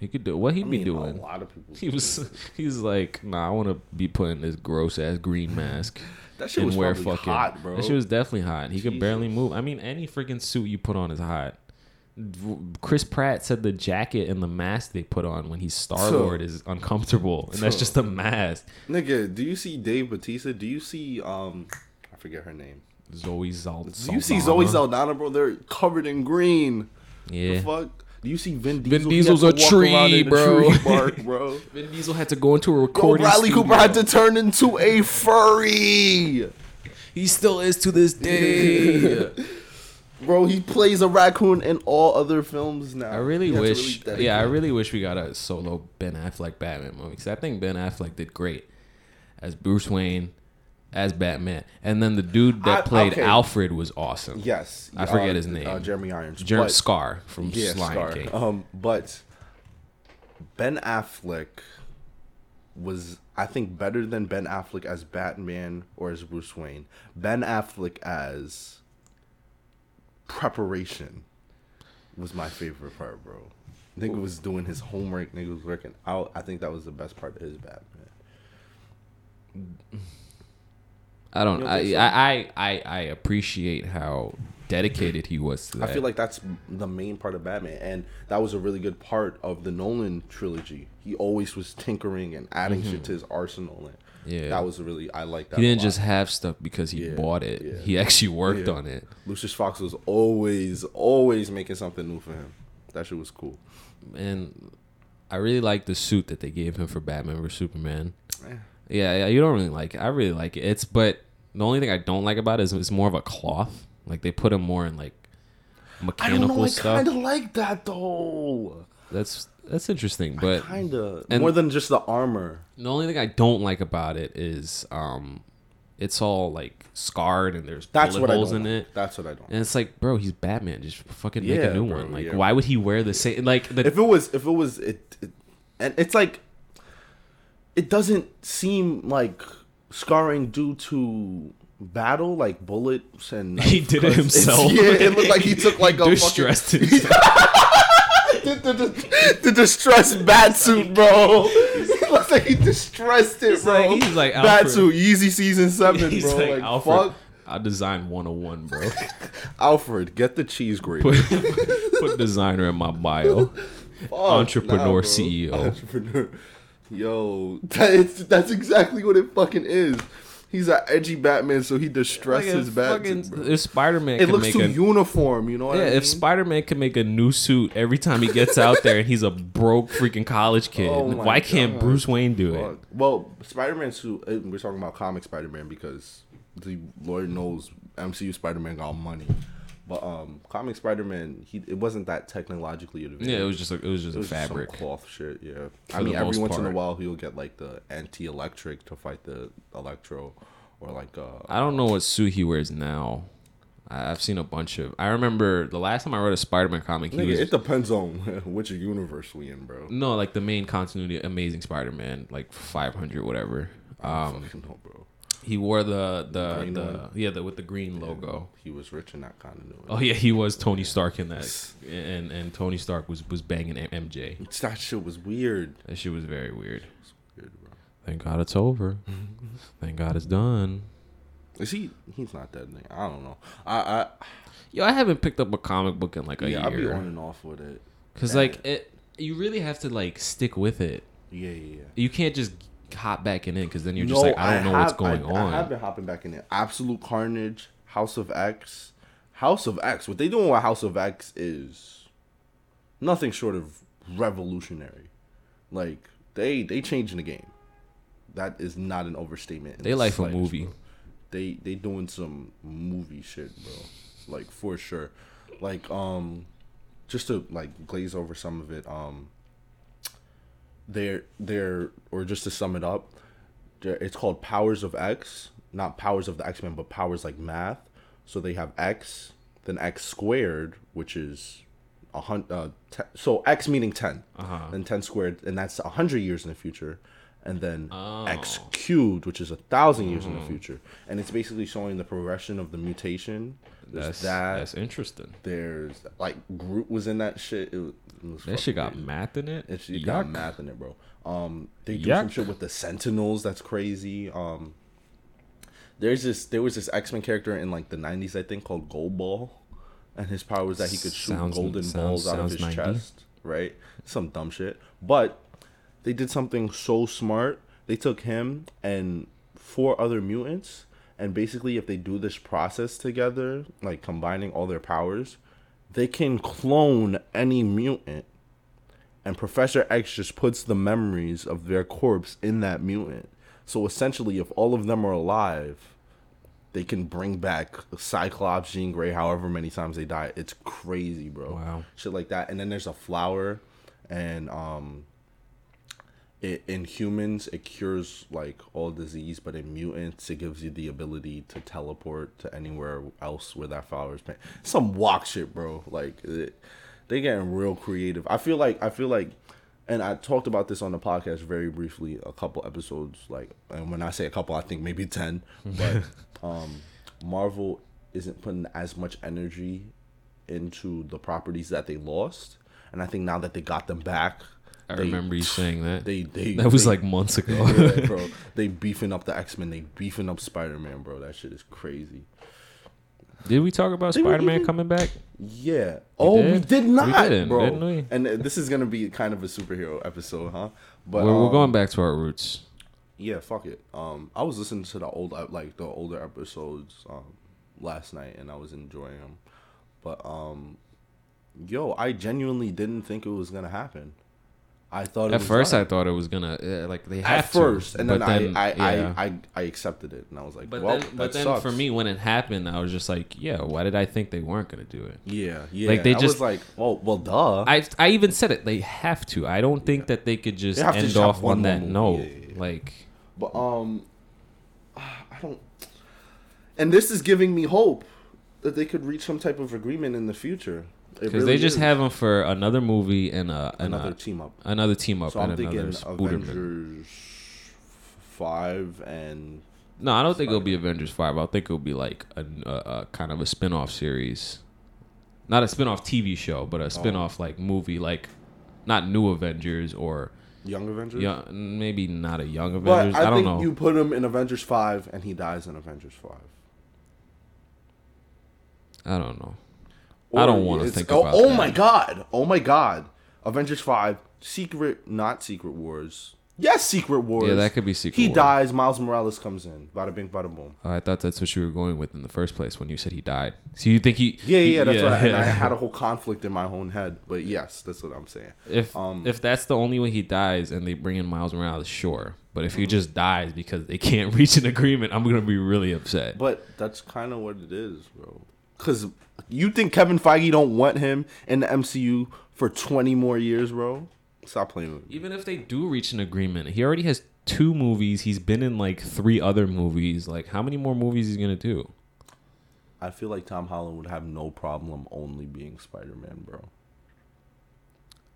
B: He could do what he'd
A: I
B: be
A: mean,
B: doing.
A: a lot of people.
B: He was he's like, nah, I want to be put in this gross ass green mask
A: That shit
B: and
A: was
B: wear
A: probably
B: fucking.
A: hot, bro.
B: That shit was definitely hot. He could barely
A: Jesus.
B: move. I mean, any freaking suit you put on is hot. V- Chris Pratt said the jacket and the mask they put on when he's Star Lord is uncomfortable, and that's
A: So-
B: just a mask.
A: Nigga, do you see Dave Batista? Do you see um? I forget her name.
B: Zoe Zalt.
A: Do you see Zoe Saldana, bro? They're covered in green. The
B: Yeah.
A: fuck? Do you see Vin Diesel?
B: Vin
A: He
B: Diesel's
A: had
B: a
A: to walk around
B: tree,
A: in a
B: bro.
A: Tree bark, bro.
B: Vin Diesel had to go into a
A: Yo,
B: recording.
A: Bradley
B: studio.
A: Cooper had to turn into a furry.
B: He still is to this day.
A: Bro, he plays a raccoon in all other films now.
B: I really
A: He had to
B: wish,
A: dedicate-
B: yeah, I really wish we got a solo Ben Affleck Batman movie because I think Ben Affleck did great as Bruce Wayne, as Batman, and then the dude that
A: I-
B: played
A: okay.
B: Alfred was awesome.
A: Yes,
B: I forget
A: uh,
B: his name.
A: Uh, Jeremy Irons.
B: Jer-
A: But-
B: Scar from
A: yeah,
B: Lion
A: Scar.
B: King.
A: Um, but Ben Affleck was, I think, better than Ben Affleck as Batman or as Bruce Wayne. Ben Affleck as preparation was my favorite part, bro. Nigga was doing his homework. Nigga was working out. I think that was the best part of his Batman.
B: I don't.
A: You don't
B: I,
A: think so?
B: I, I I I appreciate how dedicated he was to that.
A: I feel like that's the main part of Batman, and that was a really good part of the Nolan trilogy. He always was tinkering and adding shit to his arsenal, and
B: Mm-hmm. Yeah.
A: that was a really I like that.
B: he didn't
A: a lot.
B: just have stuff because he
A: Yeah,
B: bought it.
A: yeah.
B: He actually worked
A: Yeah.
B: on it.
A: Lucius Fox was always always making something new for him. That shit was cool.
B: and I really like the suit that they gave him for Batman vs Superman.
A: Yeah.
B: Yeah. yeah, you don't really like it. I really like it. It's but the only thing I don't like about it is it's more of a cloth. Like they put him more in like
A: I don't
B: mechanical
A: know. I
B: stuff.
A: kind of like that though.
B: That's that's interesting. But
A: Kind of
B: and-
A: more than just the armor.
B: the only thing I don't like about it is um, it's all like scarred and there's
A: That's
B: bullet
A: what I
B: holes
A: don't.
B: in it.
A: like. That's what I don't.
B: And it's like, bro, he's Batman. Just fucking make
A: Yeah,
B: a new
A: bro,
B: one. Like,
A: yeah.
B: why would he wear the same? Like, the
A: if it was if it was it, it and it's like it doesn't seem like scarring due to battle like bullets and
B: He did it
A: cuts. It's-
B: himself.
A: yeah it looked like he took like a fucking
B: distressed himself.
A: the, the, the, the distressed bat suit bro it looks like he distressed it bro
B: like- he's like
A: bat
B: Alfred.
A: suit Yeezy season 7
B: He's
A: bro
B: like,
A: like,
B: Alfred,
A: fuck
B: I designed 101, bro.
A: Alfred get the cheese grater
B: put, put designer in my bio.
A: Fuck,
B: entrepreneur E
A: bro.
B: CEO.
A: Entrepreneur. Yo, that is, that's exactly what it fucking is. He's an edgy Batman, so he distresses Batman. bro.
B: if Spider Man
A: It
B: can
A: looks
B: make
A: too
B: a
A: uniform, you know what
B: yeah,
A: I mean?
B: if Spider Man can make a new suit every time he gets out there and he's a broke freaking college kid,
A: Oh my
B: why can't
A: God.
B: Bruce Wayne do it?
A: Fuck. Well, Spider-Man suit. uh, We're talking about comic Spider-Man because the Lord knows MCU Spider-Man got money, but um, comic Spider-Man, he it wasn't that technologically advanced.
B: Yeah, it was just a, it was just
A: It
B: a
A: was just
B: fabric.
A: some cloth shit. Yeah,
B: For
A: I mean,
B: the
A: every
B: most
A: once in a
B: part.
A: while he'll get like the anti-electric to fight the electro, or like uh,
B: I don't know what suit he wears now. I- I've seen a bunch of. I remember the last time I read a Spider Man comic, he
A: Nigga,
B: was Um,
A: it depends on which universe we in, bro.
B: no like the main continuity, Amazing Spider Man, like 500 whatever.
A: I
B: Um,
A: don't fucking know, bro.
B: He wore the the,
A: Green
B: the,
A: one?
B: yeah the with the green logo.
A: He was rich and not continuity.
B: Oh yeah, he was Tony Stark in that, and and Tony Stark was was banging M- MJ.
A: That shit was weird.
B: That shit was very weird.
A: Weird, bro.
B: Thank God it's over. Thank God it's done.
A: Is he? He's not that nigga. I don't know. I I
B: Yo, I haven't picked up a comic book in like a
A: yeah, I'll be on
B: year.
A: and off with it.
B: Cause
A: that.
B: like it, you really have to like stick with it.
A: Yeah, yeah. yeah.
B: You can't just hop back in it because then you're just like I don't know what's
A: have-
B: going
A: I-
B: on.
A: I have been hopping back in there. Absolute Carnage, House of X, House of X. What they doing with House of X is nothing short of revolutionary. Like they they changing the game. That is not an overstatement. in
B: They
A: the
B: like a
A: slightest,
B: movie.
A: bro. They they doing some movie shit, bro. Like for sure. Like um, just to like glaze over some of it. Um, they're they're or just to sum it up there- it's called powers of x not powers of the x-men but powers like math so they have x then x squared which is a hundred uh, te- so x meaning 10
B: Uh-huh.
A: then 10 squared and that's 100 years in the future and then
B: Oh.
A: x cubed which is a thousand years
B: Mm-hmm.
A: in the future and it's basically showing the progression of the mutation there's
B: That's
A: that
B: that's interesting.
A: there's like Groot was in that shit. It was, it was
B: That
A: fucking
B: shit got
A: crazy.
B: math in it.
A: It shit got
B: Yuck.
A: math in it, bro. Um, they do some
B: Yuck.
A: shit with the Sentinels. That's crazy. Um, there's this. There was this X Men character in like the '90s, I think, called Goldball, and his power was that he could shoot
B: Sounds-
A: golden
B: sounds-
A: balls out of
B: sounds
A: his
B: 90s.
A: chest. Right? Some dumb shit. But they did something so smart. They took him and four other mutants, and basically, if they do this process together, like combining all their powers, they can clone any mutant and Professor X just puts the memories of their corpse in that mutant. So essentially, if all of them are alive, they can bring back Cyclops, Jean Grey, however many times they die. It's crazy, bro.
B: Wow.
A: Shit like that. And then there's a flower, and um, it, in humans, it cures like all disease, but in mutants, it gives you the ability to teleport to anywhere else where that flower is. Plant. Some walk shit, bro. Like it, they getting real creative. I feel like I feel like, and I talked about this on the podcast very briefly a couple episodes. Like, and when I say a couple, I think maybe ten. But um, Marvel isn't putting as much energy into the properties that they lost, and I think now that they got them back.
B: I
A: they-
B: remember you saying that.
A: they they
B: that was
A: they-
B: like months ago.
A: yeah, bro. They beefing up the X Men. They beefing up Spider Man, bro. That shit is crazy.
B: Did we talk about
A: we
B: Spider Man
A: even-
B: coming back?
A: Yeah. oh, we
B: did?
A: did
B: We
A: not,
B: didn't,
A: bro.
B: didn't we?
A: And uh, this is gonna be kind of a superhero episode, huh? But
B: we're, we're
A: um,
B: going back to our roots.
A: Yeah, fuck it. Um, I was listening to the old ep- like the older episodes um last night, and I was enjoying them. But um, yo, I genuinely didn't think it was gonna happen. I thought it
B: At
A: was
B: first,
A: done.
B: I thought it was gonna uh, like they
A: at
B: have to,
A: first, and then,
B: but
A: I I,
B: yeah.
A: I I I accepted it, and I was like,
B: But
A: well,
B: then,
A: that
B: but then
A: sucks.
B: for me, when it happened, I was just like, yeah, why did I think they weren't gonna do it?
A: Yeah, yeah.
B: Like, they
A: I
B: just-
A: was like, well, well, duh.
B: I I even said it. They have to. I don't think that they could just
A: They have to
B: end
A: just
B: off
A: have one
B: on
A: more
B: that
A: movie.
B: note.
A: Yeah, yeah,
B: Like
A: but um, I don't. And this is giving me hope that they could reach some type of agreement in the future.
B: because they just have them for another movie and a and
A: another
B: another
A: team up.
B: another team up
A: So
B: and
A: I'm thinking
B: another Spooderman.
A: Avengers five and
B: No, I don't think it'll be Avengers five. I think it'll be like a, a, a kind of a spin off series, not a spin off TV show,
A: Oh.
B: but a spin off like movie, like not New Avengers or
A: Young Avengers.
B: young, maybe not a Young
A: But
B: Avengers.
A: I,
B: I, don't
A: think
B: know.
A: you put him in Avengers five and he dies in Avengers five.
B: I don't know. I don't
A: Or
B: wanna
A: it's-
B: think
A: oh,
B: about
A: Oh
B: that.
A: my god! Oh my god! Avengers Five, Secret, not Secret Wars. Yes, Secret Wars.
B: Yeah, that could be Secret
A: He
B: War.
A: dies. Miles Morales comes in. Bada bing, bada boom.
B: Oh, I thought that's what you were going with in the first place when you said he died. So you think he?
A: Yeah, yeah,
B: he-
A: yeah, that's what I, and I had a whole conflict in my own head. But yes, that's what I'm saying.
B: if
A: Um,
B: if that's the only way he dies and they bring in Miles Morales, sure. But
A: Mm-hmm.
B: if he just dies because they can't reach an agreement, I'm gonna be really upset.
A: But that's kind of what it is, bro. Because you think Kevin Feige don't want him in the MCU for 20 more years, bro? Stop playing with me.
B: Even if they do reach an agreement, he already has two movies. He's been in like three other movies. Like, how many more movies he's gonna do?
A: I feel like Tom Holland would have no problem only being Spider Man, bro.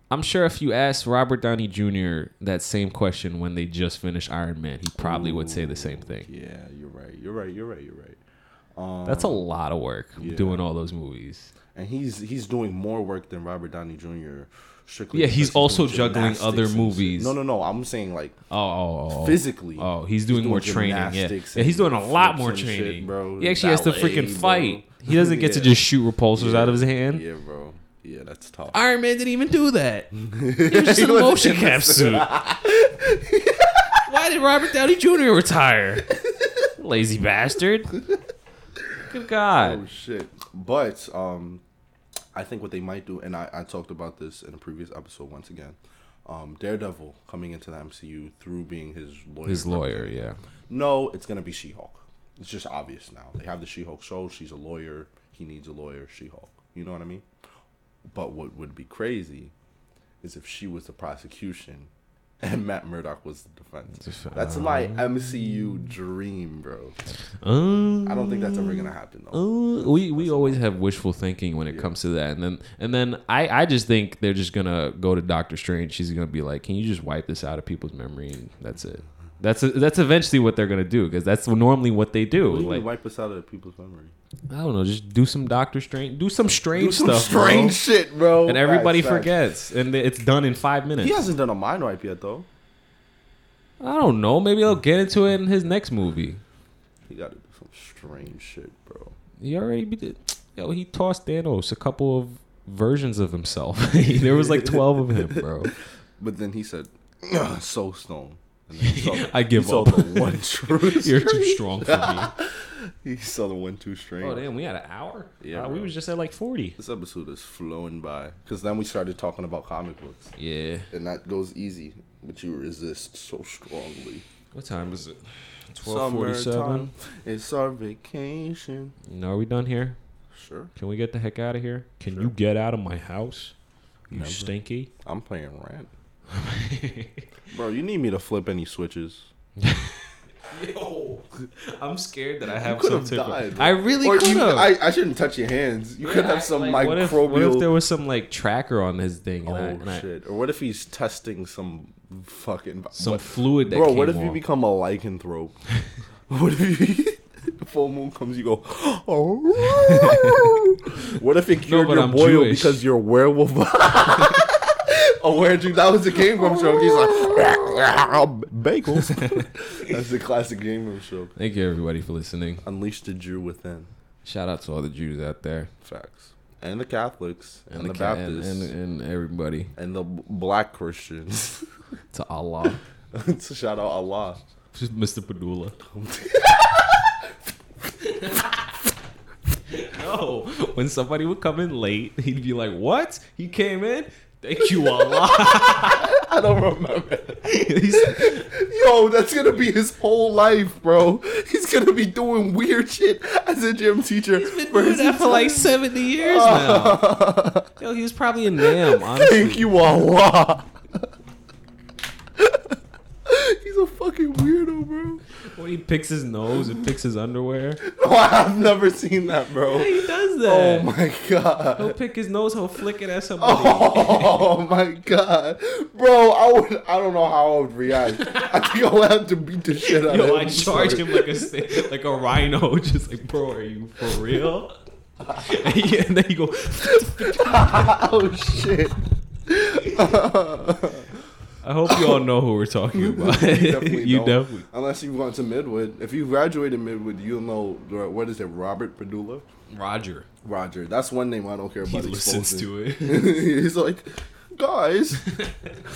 B: I'm sure if you asked Robert Downey Jr. that same question when they just finished Iron Man, he probably would say the same thing.
A: Yeah, you're right. You're right. You're right. You're right.
B: That's a lot of work
A: yeah.
B: doing all those movies.
A: And he's he's doing more work than Robert Downey Jr. Strictly.
B: Yeah,
A: because
B: he's
A: doing
B: also juggling
A: gymnastics
B: other
A: and shit.
B: movies.
A: No, no, no. I'm saying like
B: Oh, oh, oh, oh.
A: physically.
B: Oh, he's doing, more training. Yeah.
A: gymnastics
B: yeah, he's
A: and
B: doing a lot
A: flips
B: more
A: and shit,
B: training,
A: bro.
B: He actually has to
A: Ballet,
B: freaking
A: bro.
B: fight. He doesn't get to
A: Yeah.
B: just shoot repulsors out of his hand.
A: Yeah, bro. Yeah, that's tough.
B: Iron Man didn't even do that. It was just a motion cap suit. Why did Robert Downey Jr. retire? Lazy bastard.
A: Oh
B: Good God.
A: shit! But um, I think what they might do, and I, I talked about this in a previous episode once again. Um, Daredevil coming into the MCU through being his lawyer.
B: His lawyer, yeah.
A: No, it's gonna be She-Hulk. It's just obvious now. They have the She-Hulk show. She's a lawyer. He needs a lawyer. She-Hulk. You know what I mean? But what would be crazy is if she was the prosecution and Matt Murdock was the defense. That's my MCU dream, bro.
B: Um,
A: I don't think that's ever gonna happen though.
B: Uh, we we always have wishful thinking when it comes to that, and then and then I I just think they're just gonna go to Doctor Strange. She's gonna be like, "Can you just wipe this out of people's memory?" And that's it. That's that's eventually what they're gonna do because that's normally what they do.
A: What do you mean
B: like
A: wipe us out of the people's memory?
B: I don't know, just do some Doctor Strange, do some strange
A: Do some
B: stuff, bro.
A: strange shit, bro.
B: and everybody
A: Facts, facts.
B: forgets, and it's done in five minutes.
A: He hasn't done a mind wipe yet, though.
B: I don't know. Maybe they'll get into it in his next movie.
A: He got to do some strange shit, bro.
B: He already be did. Yo, he tossed Thanos a couple of versions of himself. there was like twelve of him, bro.
A: But then he said, "Ugh, "Soul Stone." And then he saw-
B: I give
A: he saw
B: up.
A: the one true.
B: You're too strong for me.
A: He saw the one true strange.
B: Oh damn, we had an hour.
A: Yeah,
B: Wow, we
A: bro.
B: was just at like forty.
A: This episode is flowing by because then we started talking about comic books,
B: Yeah.
A: and that goes easy, but you resist so strongly.
B: What time is it?
A: Summertime,
B: Twelve forty-seven.
A: it's our vacation.
B: No, are we done here?
A: Sure,
B: Can we get the heck out of here? Can you get out of my house? You
A: Never.
B: stinky.
A: I'm playing rant, bro. You need me to flip any switches.
B: Yo, I'm scared that I have
A: could
B: some
A: have
B: type of-
A: died, bro.
B: I really
A: Or
B: could
A: you,
B: have.
A: I, I shouldn't touch your hands. You could have some
B: Like, what, if,
A: microbial.
B: what if there was some like tracker on his thing? And I,
A: oh
B: and I-
A: shit! or what if he's testing some fucking
B: some
A: what-
B: fluid that
A: bro?
B: came
A: What if you
B: off.
A: become a lycanthrope? what if you, the full moon comes? You go. Oh. what if it cured
B: but
A: your
B: I'm
A: boil
B: Jewish.
A: because you're a werewolf? Oh, where Jew? That was a Game Grumps joke. He's like, bagels. That's the classic Game Grumps joke.
B: Thank you everybody for listening.
A: Unleash the Jew within.
B: Shout out to all the Jews out there
A: Facts. And the Catholics and, the,
B: ca-
A: Baptists
B: and,
A: and,
B: and, and everybody
A: the b- black Christians.
B: to Allah,
A: so shout out Allah.
B: Mr. Padula. No, when somebody would come in late, he'd be like, "What? He came in? Thank you, Allah."
A: I don't remember.
B: He's-
A: Yo, that's gonna be his whole life, bro. He's gonna be doing weird shit as a gym teacher. He's
B: been doing that for like 70 years now. Yo, he was probably a nam, honestly.
A: Thank you, Allah. He's a fucking weirdo, bro.
B: When he picks his nose and picks his underwear.
A: I've never seen that, bro.
B: He does
A: Oh
B: that.
A: my god.
B: he'll pick his nose, he'll flick it at somebody.
A: Oh my god, bro! I would. I don't know how I would react. I think I would have to beat the shit out of
B: Yo,
A: him.
B: I charge him like a sta- like a rhino, just like, bro, are you for real? and, he- and then you go,
A: oh shit!
B: I hope you all know who we're talking about.
A: You definitely
B: you
A: don't.
B: definitely.
A: Unless you went to Midwood, if you graduated Midwood, you'll know what is it? Robert Padula,
B: Roger.
A: Roger. That's one name I don't care
B: He
A: about.
B: listens
A: exposing.
B: to it.
A: he's like, guys,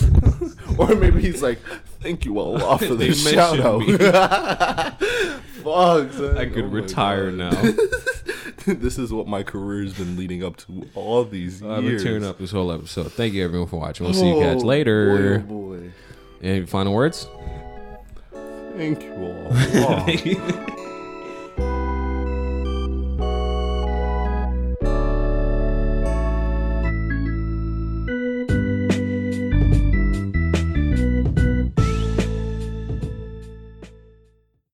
A: or maybe he's like, thank you Allah for
B: They
A: this shout
B: mentioned
A: out.
B: me.
A: Fuck, son.
B: I could
A: Oh my
B: retire
A: God.
B: now.
A: this is what my career's been leading up to all these
B: I've been
A: years.
B: tearing up this whole episode. Thank you everyone for watching. We'll see you guys later.
A: Boy, oh boy.
B: Any final words?
A: Thank you all. Wow.